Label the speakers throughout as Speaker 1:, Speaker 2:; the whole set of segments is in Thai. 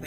Speaker 1: ไป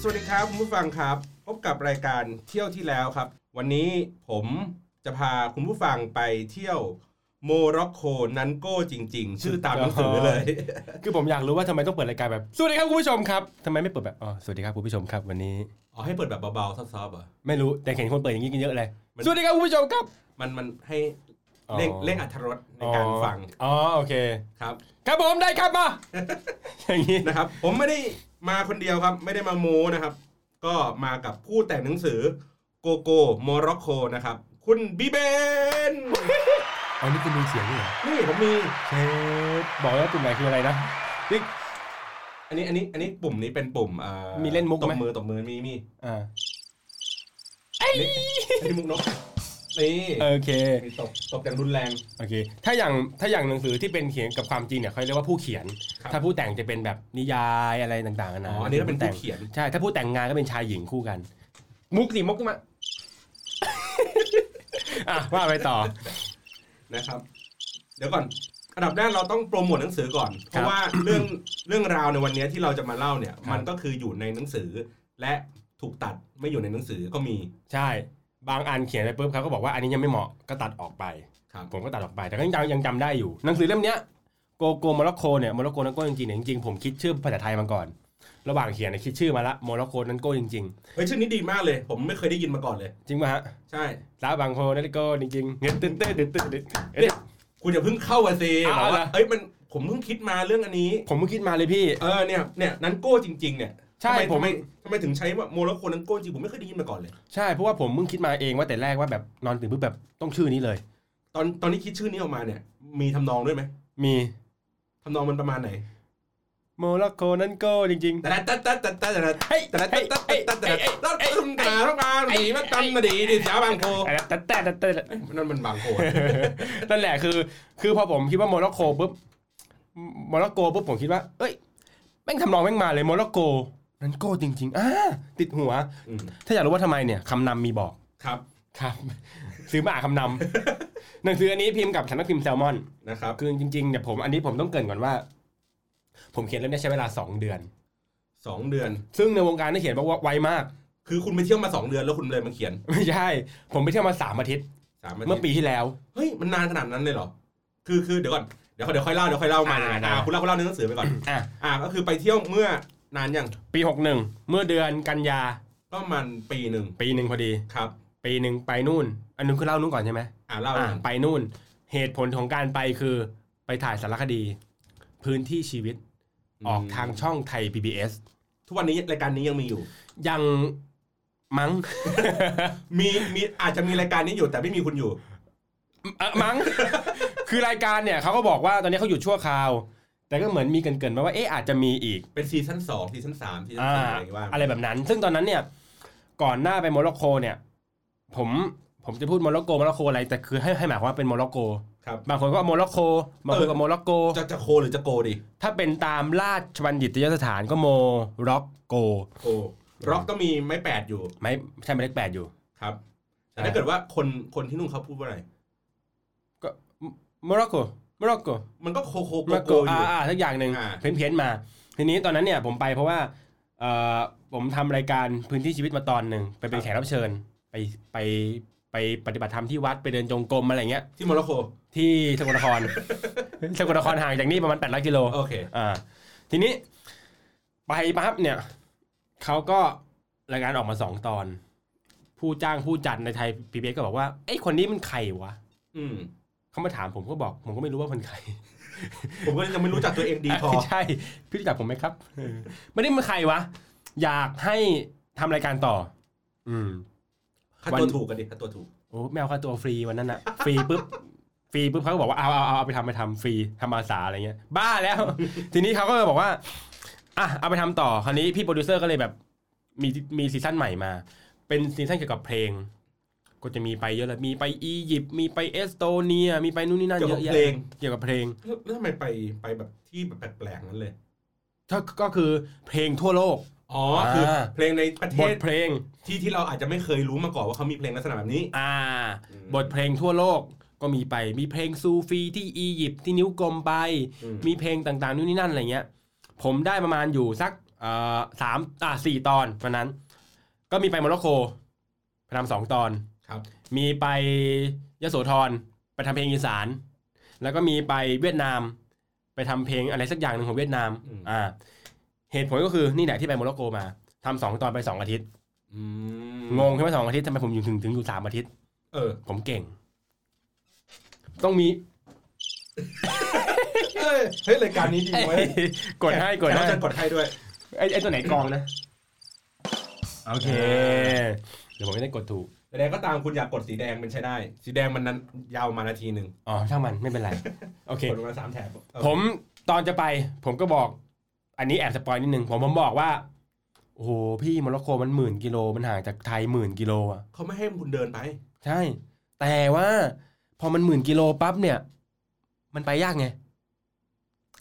Speaker 2: สวัสดีครับคุณผู้ฟังครับ พบกับรายการเที่ยวที่แล้วครับ วันนี้ผมจะพาคุณผู้ฟังไปเที่ยวโมร็อกโกนันโก้จริง ๆ ชื่อตามหนังสือเลย
Speaker 3: คือผมอยากรู้ว่าทำไมต้องเปิดรายการแบบสวัสดีครับคุณผู้ชมครับทำไมไม่เปิดแบบอ๋อสวัสดีครับคุณผู้ชมครับ วันนี้
Speaker 2: อ๋อให้เปิดแบบเบาๆซอฟๆเหรอ
Speaker 3: ไม่รู้แต่เห็นคนเปิดอย่างนี้กันเยอะเลย
Speaker 2: มัน
Speaker 3: สวัสดีครับคุณผู้ชมครับ
Speaker 2: มันมันให้
Speaker 3: อ๋อ
Speaker 2: เร่งเร่งอัธรสในการฟัง
Speaker 3: อ๋อโอเค
Speaker 2: ครับ
Speaker 3: ครับผมได้ครับมา อย่างนี้
Speaker 2: นะครับ ผมไม่ได้มาคนเดียวครับ ไม่ได้มาโมนะครับ ก็มากับผู้แต่งหนังสือโกโก้โมร็อกโกนะครับ คุณบีเบน
Speaker 3: อ๋อนี่คุณมีเสียงด้วยเหรอ
Speaker 2: นี่ผมมี
Speaker 3: เชฟบอกแล้วปุ่มไหนคืออะไรนะนี่
Speaker 2: อันนี้อันนี้อันนี้ปุ่มนี้เป็นปุ่มเอ่อ
Speaker 3: มีเล่นมุก
Speaker 2: ต
Speaker 3: ไหม
Speaker 2: บมือตบมือมีมี
Speaker 3: อ่า
Speaker 2: อันนี้อันนี้มุกนกนี่
Speaker 3: โอเค
Speaker 2: มีตบตบอย่างรุนแรง
Speaker 3: โอเค ถ้าอย่างถ้าอย่างหนังสือที่เป็นเขียนกับความจริงเนี่ยเขาเรียกว่าผู้เขียน
Speaker 2: ครับ
Speaker 3: ถ้าผู้แต่งจะเป็นแบบนิยายอะไรต่างๆนะ
Speaker 2: อ๋ออันนี้ก็เป็นผู้เขียน
Speaker 3: ใช่ถ้าผู้แต่งงานก็เป็นชายหญิงคู่กัน มุกสิมุกมา อ่ะว่าไปต่อ
Speaker 2: นะครับ เดี๋ยวก่อนอันดับแรกเราต้องโปรโมทหนังสือก่อน เพ
Speaker 3: ครับ
Speaker 2: ราะว่าเรื่องเรื่องราวในวันนี้ที่เราจะมาเล่าเนี่ย
Speaker 3: ครับ
Speaker 2: มันก็คืออยู่ในหนังสือ และถูกตัดไม่อยู่ในหนังสือก็มี
Speaker 3: ใช่ บางอันเขียนไปปุ๊บเขาก็บอกว่าอันนี้ยังไม่เหมาะก็ตัดออกไป
Speaker 2: ครับ
Speaker 3: ผมก็ตัดออกไป แต่ก็ยังจำยังจำได้อยู่ หนังสือเล่มเนี้ยโกโกโมร็อกโกเนี่ยโมร็อกโกนันโก้จริงๆเนี่ยจริงๆผมคิดชื่อภาษาไทยมาก่อน ระหว่างเขียนเนี่ยคิดชื่อมาละโมร็อกโกนันโก้จริง
Speaker 2: เฮ้ยชื่อนี้ดีมากเลย ผมไม่เคยได้ยินมาก่อนเลย
Speaker 3: ๆ จริงป่ะฮะ
Speaker 2: ใช่
Speaker 3: ลาบางโคนันโก้จริงๆเงี้ยตื่นเต้นตื่นเต้นตื่นเต้นเอ๊ะ
Speaker 2: คุณอย่าเพิ่งเข้ามาสิ
Speaker 3: อ้าว
Speaker 2: บอกว่า
Speaker 3: เหรอ
Speaker 2: เอ้ยมันผมเพิ่งคิดมาเรื่องอันนี้
Speaker 3: ผมเพิ่งคิดมาเลยพี่
Speaker 2: เออเนี่ยเนี่ยนันโก้จริง ๆ เนี่ย
Speaker 3: ใช่
Speaker 2: ทำ
Speaker 3: ผม
Speaker 2: ไทำไมทำไมถึงใช้ว่าโมร็อกโกนันโก้จริงผมไม่เคยได้ยินมาก่อนเลย
Speaker 3: ใช่เพราะว่าผมเพิ่งคิดมาเองว่าแต่แรกว่าแบบนอนตื่นปุ๊บแบบต้องชื่อนี้เลย
Speaker 2: ตอนตอนนี้คิดชื่อนี้ออกมาเนี่ย มีทำนองด้วยไหม
Speaker 3: มี
Speaker 2: ทำนองมันประมาณไหน
Speaker 3: โมร็อกโกนันโก้จริง
Speaker 2: แต่ละตัดตัดตัดตัดตัด
Speaker 3: ๆเฮ้ย
Speaker 2: แต่ละตัดตัดตัดตัดแต่ละตัดตัดตุ้มกระต้องการหนีมันตันมาดีดิสาวบางโพ
Speaker 3: อะไรนะแต่แต่แต่แต่
Speaker 2: เอ้ยนั่นมันบางโพ
Speaker 3: นั่นแหละคือ คือพอผมคิดว่าโมร็อกโกปุ๊บโมร็อกโกปุ๊บผมคิดว่า เอ้ยแม่งทำนองแม่งมาเลยโมร็อกโกนั่นโกจริงๆอ่าติดหัว
Speaker 2: อืม
Speaker 3: ถ้าอยากรู้ว่าทำไมเนี่ยคำนำมีบอก
Speaker 2: ครับ
Speaker 3: ครับ ซื้อมาอ่านคำนำห นังสืออันนี้พิมพ์กับฉันนักพิมพ์แซลมอน
Speaker 2: นะครับ
Speaker 3: คือจริงๆเนี่ยผมอันนี้ผมต้องเกรินก่อนว่า ผมเขียนเล่มนี้ใช้เวลาสองเดือน
Speaker 2: สองเดือน
Speaker 3: ซึ่งในวงการได้เขียนบอกว่าไวมาก
Speaker 2: คือคุณไปเที่ยวมาสองเดือนแล้วคุณเลยมาเขียน
Speaker 3: ไม่ใช่ ผมไปเที่ยวมาสามอาทิตย์
Speaker 2: สามอา
Speaker 3: เมื่อ
Speaker 2: ทิตย์
Speaker 3: ปีที่แล้ว
Speaker 2: เฮ้ยมันนานขนาดนั้นเลยเหรอคือคือเดี๋ยวก่อนเดี๋ยวเดี๋ยวค่อยเล่าเดี๋ยวค่อยเล่ามา
Speaker 3: อ่าได้
Speaker 2: อ่าคุณเล่าคุณเล่าในหนังสือไปก่อน
Speaker 3: อ่ะ
Speaker 2: อ่าก็คือไปเที่ยวเมื่อนานยัง
Speaker 3: ปีหกหนึ่งเมื่อเดือนกันยา
Speaker 2: ก็มันปีหนึ่ง
Speaker 3: ปีหนึ่งพอดี
Speaker 2: ครับ
Speaker 3: ปีหนึ่งไปนู่น อันนู้นคือเล่านู้นก่อนใช่ไหม
Speaker 2: อ่าเล่า
Speaker 3: อ่าไปนู่น เหตุผลของการไปคือไปถ่ายสารคดี พื้นที่ชีวิตออกทางช่องไทย PBS
Speaker 2: ทุกวันนี้รายการนี้ยังมีอยู่
Speaker 3: ยังมั้ง
Speaker 2: มีมีอาจจะมีรายการนี้อยู่แต่ไม่มีคุณอยู่
Speaker 3: เอ่อมั้ง คือรายการเนี่ยเขาก็บอกว่าตอนนี้เขาหยุดชั่วคราว แต่ก็เหมือนมีเกรินๆมาว่าเอ๊ะอาจจะมีอีก
Speaker 2: เป็นซีซั่นสองซีซั่นสามซีซั่น
Speaker 3: อ่า
Speaker 2: สี่อะไรอย่างเงี้ยว่า
Speaker 3: อะไรแบบนั้น ซึ่งตอนนั้นเนี่ย ก่อนหน้าไปโมร็อกโกเนี่ย ผมผมจะพูดโมร็อกโกโมร็อกโกอะไรแต่คือให้ให้หมายความว่าเป็นโมร็อกโก
Speaker 2: ครับ
Speaker 3: บางคนก็โมร็อกโกบางคนก็โมร็อกโก
Speaker 2: จะจะโคหรือจะโกดี
Speaker 3: ถ้าเป็นตามราชบัณฑิตยสถานก็โมร็อกโก
Speaker 2: โกร็อกก็มีไม้แปดอยู่
Speaker 3: ไม่ใช่หมายเลขแปดอยู่
Speaker 2: ครับ
Speaker 3: ใช่
Speaker 2: แต่ถ้าเกิดว่าคนคนที่นุ่งเขาพูดว่าอะไร
Speaker 3: ก็โมร็อกโกโมร็อกโก
Speaker 2: มันก็โคโคโก
Speaker 3: โมร็อก
Speaker 2: โกอ
Speaker 3: โกอ่า
Speaker 2: ยู่
Speaker 3: อ่าทักอย่างหนึ่ง
Speaker 2: อ่า
Speaker 3: เพี้ยนเพี้ยนๆมา ทีนี้ตอนนั้นเนี่ยผมไปเพราะว่าเอ่อผมทำรายการพื้นที่ชีวิตมาตอนหนึ่งไปเป็นแขกรับเชิญ ไปไปไปปฏิบัติธรรมที่วัดไปเดินจงกรมอะไรเงี้ย
Speaker 2: ที่โมร็อกโก
Speaker 3: ที่สกลนค ร สกลนครห่างจากนี่ประมาณ800กิโล
Speaker 2: โอเค
Speaker 3: อ่าทีนี้ไปปั๊บเนี่ยเขาก็รายการออกมาสองตอน ผู้จ้างผู้จัดในไทยพีบีก็บอกว่าไอ้ยคนนี้มันใครวะ
Speaker 2: อืม
Speaker 3: เขามาถามผมก็บอก ผมก็ไม่รู้ว่ามันใคร
Speaker 2: ผมก็ยังไม่รู้จักตัวเองดีพอ
Speaker 3: ใช่พี่รู้จักผมไหมครับเออไม่ได้มันใครวะ อยากให้ทำรายการต่อ อืม
Speaker 2: ค่า
Speaker 3: วั
Speaker 2: ตัวน ถูกกันดิค่าตัวถูก
Speaker 3: โอ้แมวค่าตัวฟรีวันนั้นอะฟรีปุ๊บ ฟรีปุ๊บเขาก็บอกว่าเอาเอาเอาเอาไปทำไปทำฟรีทำอาสาอะไรเงี้ย บ้าแล้ว ทีนี้เขาก็เลยบอกว่าอ่ะเอาไปทำต่อคราวนี้พี่โปรดิวเซอร์ก็เลยแบบมีมีซีซั่นใหม่มา เป็นซีซั่นเกี่ยวกับเพลง ก็จะมีไปเยอะเลยมีไปอียิปต์มีไปเอสโตเนีย มีไปนู่นนี่นั่น
Speaker 2: เกี่ยว
Speaker 3: เย
Speaker 2: กับ
Speaker 3: อะแยะ
Speaker 2: เพลง
Speaker 3: เกี่ยวกับเพลง
Speaker 2: แล้วแล้วทำไมไปไปแบบที่แบบแปลกๆนั้นเลย
Speaker 3: ถ้าก็คือเพลงทั่วโลก
Speaker 2: อ๋อคืออา เพลงในประเท
Speaker 3: บท
Speaker 2: ศ
Speaker 3: เพลง
Speaker 2: ที่ที่เราอาจจะไม่เคยรู้มาก่อนว่าเขามีเพลงลักษณะแบบนี้
Speaker 3: อ่า
Speaker 2: อืม
Speaker 3: บทเพลงทั่วโลกก็มีไป มีเพลงซูฟีที่อียิปต์ที่นิ้วกลมไป
Speaker 2: อืม
Speaker 3: มีเพลงต่างๆนู่นนี่นั่นอะไรเงี้ย ผมได้ประมาณอยู่สักเอ่อสามอ่าสี่ตอนวันนั้น ก็มีไปโมร็อกโกไปทำสองตอน
Speaker 2: ครับ
Speaker 3: มีไปยโสธรไปทำเพลงอีสาน แล้วก็มีไปเวียดนาม ไปทำเพลงอะไรสักอย่างหนึ่งของเวียดนาม อ่า เหตุผลก็คือนี่แหละที่ไปโมร็อกโกมาทำสองตอนไปสองอาทิตย์
Speaker 2: อืม
Speaker 3: งงใช่ไหมสองอาทิตย์ทำไมผมอยู่ถึงถึงอยู่สามอาทิตย์
Speaker 2: เออ
Speaker 3: ผมเก่ง ต้องมี
Speaker 2: เอ้ยเฮ้ยรายการนี้ดีไว้ย
Speaker 3: กดให้กด
Speaker 2: แขรั
Speaker 3: ให้
Speaker 2: บเชิญกดให้ด้วย
Speaker 3: ไอ้ไอ้ตัวไหนกองนะ โอเค เดี๋ยวผมจะได้กดถูก
Speaker 2: แสดงก็ตามคุณอยากกดสีแดงเป็นใช้ได้ สีแดงมันนั้นยาวมานาทีหนึ่ง
Speaker 3: อ๋อช่างมันไม่เป็นไร โอเค
Speaker 2: กดลงมาสามแถบเออ
Speaker 3: ผมตอนจะไป ผมก็บอก อันนี้แอบสปอยนิดนึง ผมผมบอกว่า โอ้โห พี่โมร็อกโกมันหมื่นกิโล มันห่างจากไทยหมื่นกิโลอ่ะ
Speaker 2: เขาไม่ให้คุณเดินไป
Speaker 3: ใช่ แต่ว่าพอมันหมื่นกิโลปั๊บเนี่ย มันไปยากไง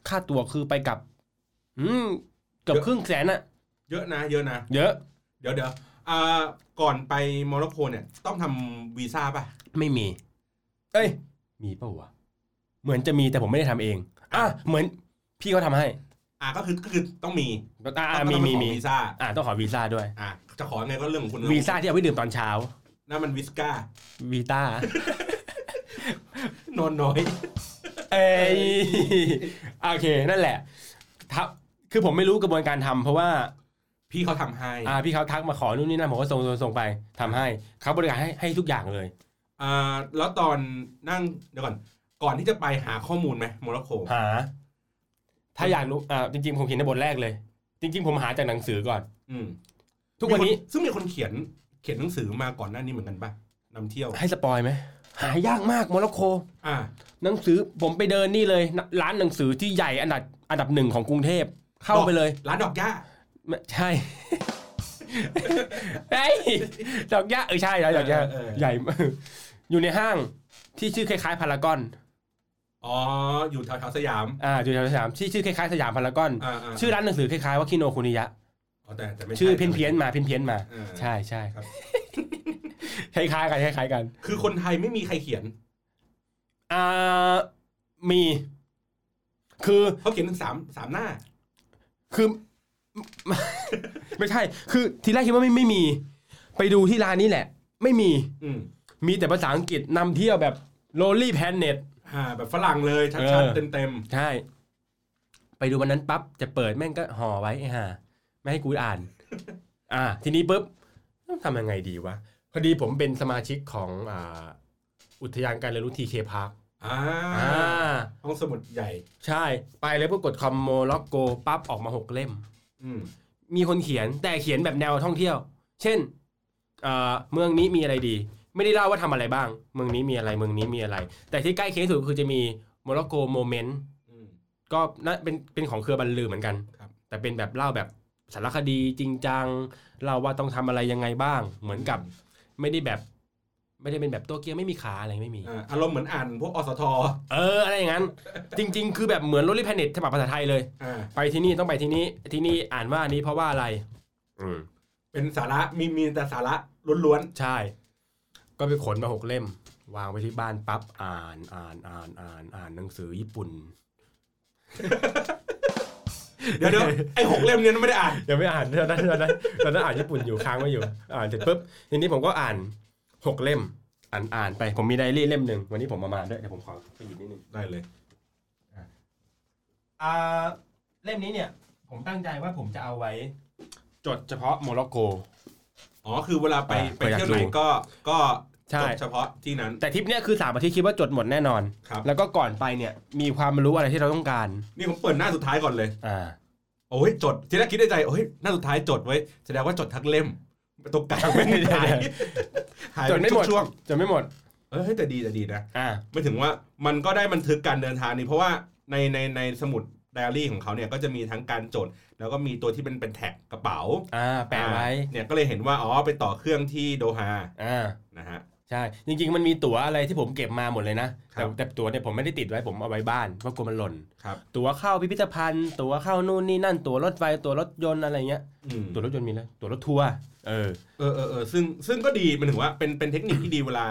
Speaker 3: ค่าตั๋วคือไปกลับ อืมเกือบ
Speaker 2: เยอะ
Speaker 3: ครึ่งแสนอะ
Speaker 2: เยอะนะเยอะนะ
Speaker 3: เยอะ
Speaker 2: เดี๋ยวเดี๋ยวอ่าก่อนไปโมร็อกโกเนี่ยต้องทำวีซ่าป่ะ
Speaker 3: ไม่มี เอ้ย มีเปล่าวะ เหมือนจะมีแต่ผมไม่ได้ทำเอง อ่ะ เหมือนพี่เขาทำให้
Speaker 2: อ่ะก็คือก็คือต้องมี
Speaker 3: อ่ะอ่ะ
Speaker 2: ต้อง
Speaker 3: มี
Speaker 2: ต้อง
Speaker 3: มี
Speaker 2: ขอ
Speaker 3: มี
Speaker 2: วีซ่า
Speaker 3: อ่ะต้องขอวีซ่าด้วย
Speaker 2: อ่ะจะขอไงก็เรื่องของคุณ
Speaker 3: วีซ่าที่เอาไว้ดื่มตอนเช้า
Speaker 2: นั่นมันวิสก้า
Speaker 3: วีต้า
Speaker 2: นอนน้อย
Speaker 3: เอ้ยโอเค นั่นแหละทับคือผมไม่รู้กระบวนการทำเพราะว่า
Speaker 2: พี่เขาทำให้
Speaker 3: อ่าพี่เขาทักมาขอนู่นนี่นั่นผมก็ส่งส่งส่งไปทำให้เขาบริการให้ให้ทุกอย่างเลย
Speaker 2: อ่าแล้วตอนนั่งเดี๋ยวก่อน ก่อนที่จะไปหาข้อมูลไหมโมร็อกโก
Speaker 3: หา ถ้าอยากรู้อ่าจริง ๆ ผมเขียนในบทแรกเลย จริง ๆ ผมหาจากหนังสือก่อน
Speaker 2: อืม
Speaker 3: ทุกวันนี้
Speaker 2: มีคซึ่งมีคนเขียนเขียนหนังสือมาก่อนหน้านี้เหมือนกันป่ะนำเที่ยว
Speaker 3: ให้สปอยไหมหายากมากโมร็อกโก
Speaker 2: อ่า
Speaker 3: หนังสือผมไปเดินนี่เลยนร้านหนังสือที่ใหญ่อันดับอันดับหนึ่งของกรุงเทพเข้าไปเลย
Speaker 2: ร้านดอกหญ้า
Speaker 3: ไม่ ใช่ ไอ้ยดอกยะเออใช่แล้วดอกยะ
Speaker 2: เออเออ
Speaker 3: ใหญ่มากอยู่ในห้างที่ชื่อคล้ายๆพารากอน
Speaker 2: อ๋อ อยู่แถวแถวๆสยาม
Speaker 3: อ่าอยู่แถวสยามที่ชื่อคล้ายๆสยามพารากอน
Speaker 2: อ่าา
Speaker 3: ชื่อร้านหนังสือคล้ายๆว่าคิโนคุนิยะ
Speaker 2: อแต่แต่ไม่ใ
Speaker 3: ชื่อเพี้ยนเพี้ยนๆมาเพี้ยนเพี้ยนๆมา
Speaker 2: เออ
Speaker 3: ใช่ใช่
Speaker 2: ครับ
Speaker 3: คล้ายๆกันคล้ายๆกัน
Speaker 2: คือคนไทยไม่มีใครเขียน
Speaker 3: อ่ามี คือ
Speaker 2: เขาเขียนถึงสามสามหน้า
Speaker 3: คือ ไม่ใช่ คือทีแรกคิดว่าไม่ไม่มี ไปดูที่ร้านนี้แหละ ไม่มี
Speaker 2: อืม
Speaker 3: มีแต่ภาษาอังกฤษนำเที่ยวแบบ Lonely Planet
Speaker 2: อ่า แบบฝรั่งเลย
Speaker 3: เอ
Speaker 2: ชัด
Speaker 3: อ
Speaker 2: ๆเต็ม
Speaker 3: ใช่ ไปดูวันนั้นปั๊บจะเปิดแม่งก็ห่อไว้ไอ้ห่าไม่ให้กูอ่าน อ่า ทีนี้ปุ๊บต้องทำยังไงดีวะพอดีผมเป็นสมาชิกของอ่าอุทยานการเรียนรู้ทีเคพาร์ค
Speaker 2: ๆอ่า
Speaker 3: อ่า
Speaker 2: ห้องสมุดใหญ่
Speaker 3: ใช่ ไปเลยปุ๊บกดคอมโมล็อกโกปั๊บออกมาหกเล่ม
Speaker 2: อืม
Speaker 3: มีคนเขียนแต่เขียนแบบแนวท่องเที่ยว เช่นเอ่อเมืองนี้มีอะไรดี ไม่ได้เล่าว่าทำอะไรบ้าง เมืองนี้มีอะไรเมืองนี้มีอะไร แต่ที่ใกล้เคียงที่สุดคือจะมีโมร็อกโกโมเมนต์
Speaker 2: อืม
Speaker 3: ก็น่าเป็นเป็นของเครือบรรลือเหมือนกัน
Speaker 2: ครับ
Speaker 3: แต่เป็นแบบเล่าแบบสารคดีจริงจังเล่าว่าต้องทำอะไรยังไงบ้าง เหมือนกับไม่ได้แบบ ไม่ได้เป็นแบบโตเกียวไม่มีขาอะไรไม่มี
Speaker 2: อ่าอารมณ์เหมือนอ่านพวกอสท
Speaker 3: เอออะไรอย่างนั้น จริง ๆ คือแบบเหมือนโรลลี่แพนเน็ตฉบับภาษาไทยเลย
Speaker 2: อ่า
Speaker 3: ไปที่นี่ต้องไปที่นี้ที่นี่อ่านว่านี้เพราะว่าอะไร อืม
Speaker 2: เป็นสาระมีมีแต่สาระล้วน
Speaker 3: ใช่ ก็ไปขนมาหกเล่ม วางไว้ที่บ้านปั๊บอ่านอ่านอ่านอ่านอ่านหนังสือญี่ปุ่น
Speaker 2: ๆ เดี๋ยวเดี๋ยวไอ้หกเล่มเนี้ยไม่ได้อ่าน
Speaker 3: ยังไม่อ่านตอนนั้นตอนนั้นตอนนั้นอ่านญี่ปุ่นอยู่ค้างไว้อยู่ อ่านเสร็จปุ๊บทีนี้ผมก็อ่านหกเล่ม อ่านอ่านไปผมมีไดอารี่เล่มหนึ่งวันนี้ผมมามาด้วยเดี๋ยวผมขอไปหยิบนิดนึง
Speaker 2: ได้เลย
Speaker 3: อ่าเล่มนี้เนี่ย ผมตั้งใจว่าผมจะเอาไว้ จดเฉพาะโมร็อกโก
Speaker 2: อ๋อ คือเวลาไป
Speaker 3: อ่า
Speaker 2: ไปเที่ยวไหน
Speaker 3: อยากดู
Speaker 2: ก็ก็
Speaker 3: ใช่
Speaker 2: จบเฉพาะที่นั้น
Speaker 3: แต่ทริปเนี่ยคือสามอาทิตย์คิดว่าจดหมดแน่นอน
Speaker 2: ครับ
Speaker 3: แล้วก็ก่อนไปเนี่ยมีความรู้อะไรที่เราต้องการ
Speaker 2: นี่ผมเปิดหน้าสุดท้ายก่อนเลย
Speaker 3: อ่า
Speaker 2: โอ้ยจด ทีแรกคิดในใจ โอ้ยหน้าสุดท้ายจดไว้ แสดงว่าจดทั้งเล่มตกกลางไม่ได้หาย
Speaker 3: จดไม่หมด
Speaker 2: ช่วง
Speaker 3: จดไม่หมด
Speaker 2: เออเฮ้ยแต่ดีแต่ดีนะ
Speaker 3: อ่า
Speaker 2: ไม่ถึงว่ามันก็ได้บันทึกการเดินทางนี้เพราะว่าในในในสมุดไดอารี่ของเขาเนี่ยก็จะมีทั้งการจด แล้วก็มีตัวที่เป็นเป็นแท็กกระเป๋า
Speaker 3: อ่า แปะไว้
Speaker 2: อ่าเนี่ยก็เลยเห็นว่าอ๋อไปต่อเครื่องที่โดฮา
Speaker 3: อ่า
Speaker 2: นะฮะ
Speaker 3: ใช่ จริง ๆ มันมีตั๋วอะไรที่ผมเก็บมาหมดเลยนะ
Speaker 2: ครั
Speaker 3: แต่
Speaker 2: บ
Speaker 3: แต่ตั๋วเนี่ยผมไม่ได้ติดไว้ ผมเอาไว้บ้านเพราะกลัวมันหล่น
Speaker 2: ครับ
Speaker 3: ตั๋วเข้าพิพิธภัณฑ์ ตั๋วเข้านู่นนี่นั่น ตั๋วรถไฟ ตั๋วรถยนต์อะไรเงี้ย
Speaker 2: อืม
Speaker 3: ตั๋วรถยนต์มีแล้ว ตั๋วรถทัวร์ เออ
Speaker 2: เออเออเออซึ่งซึ่งก็ดีมันถึงว่าเป็นเป็นเทคนิคที่ดีเวลา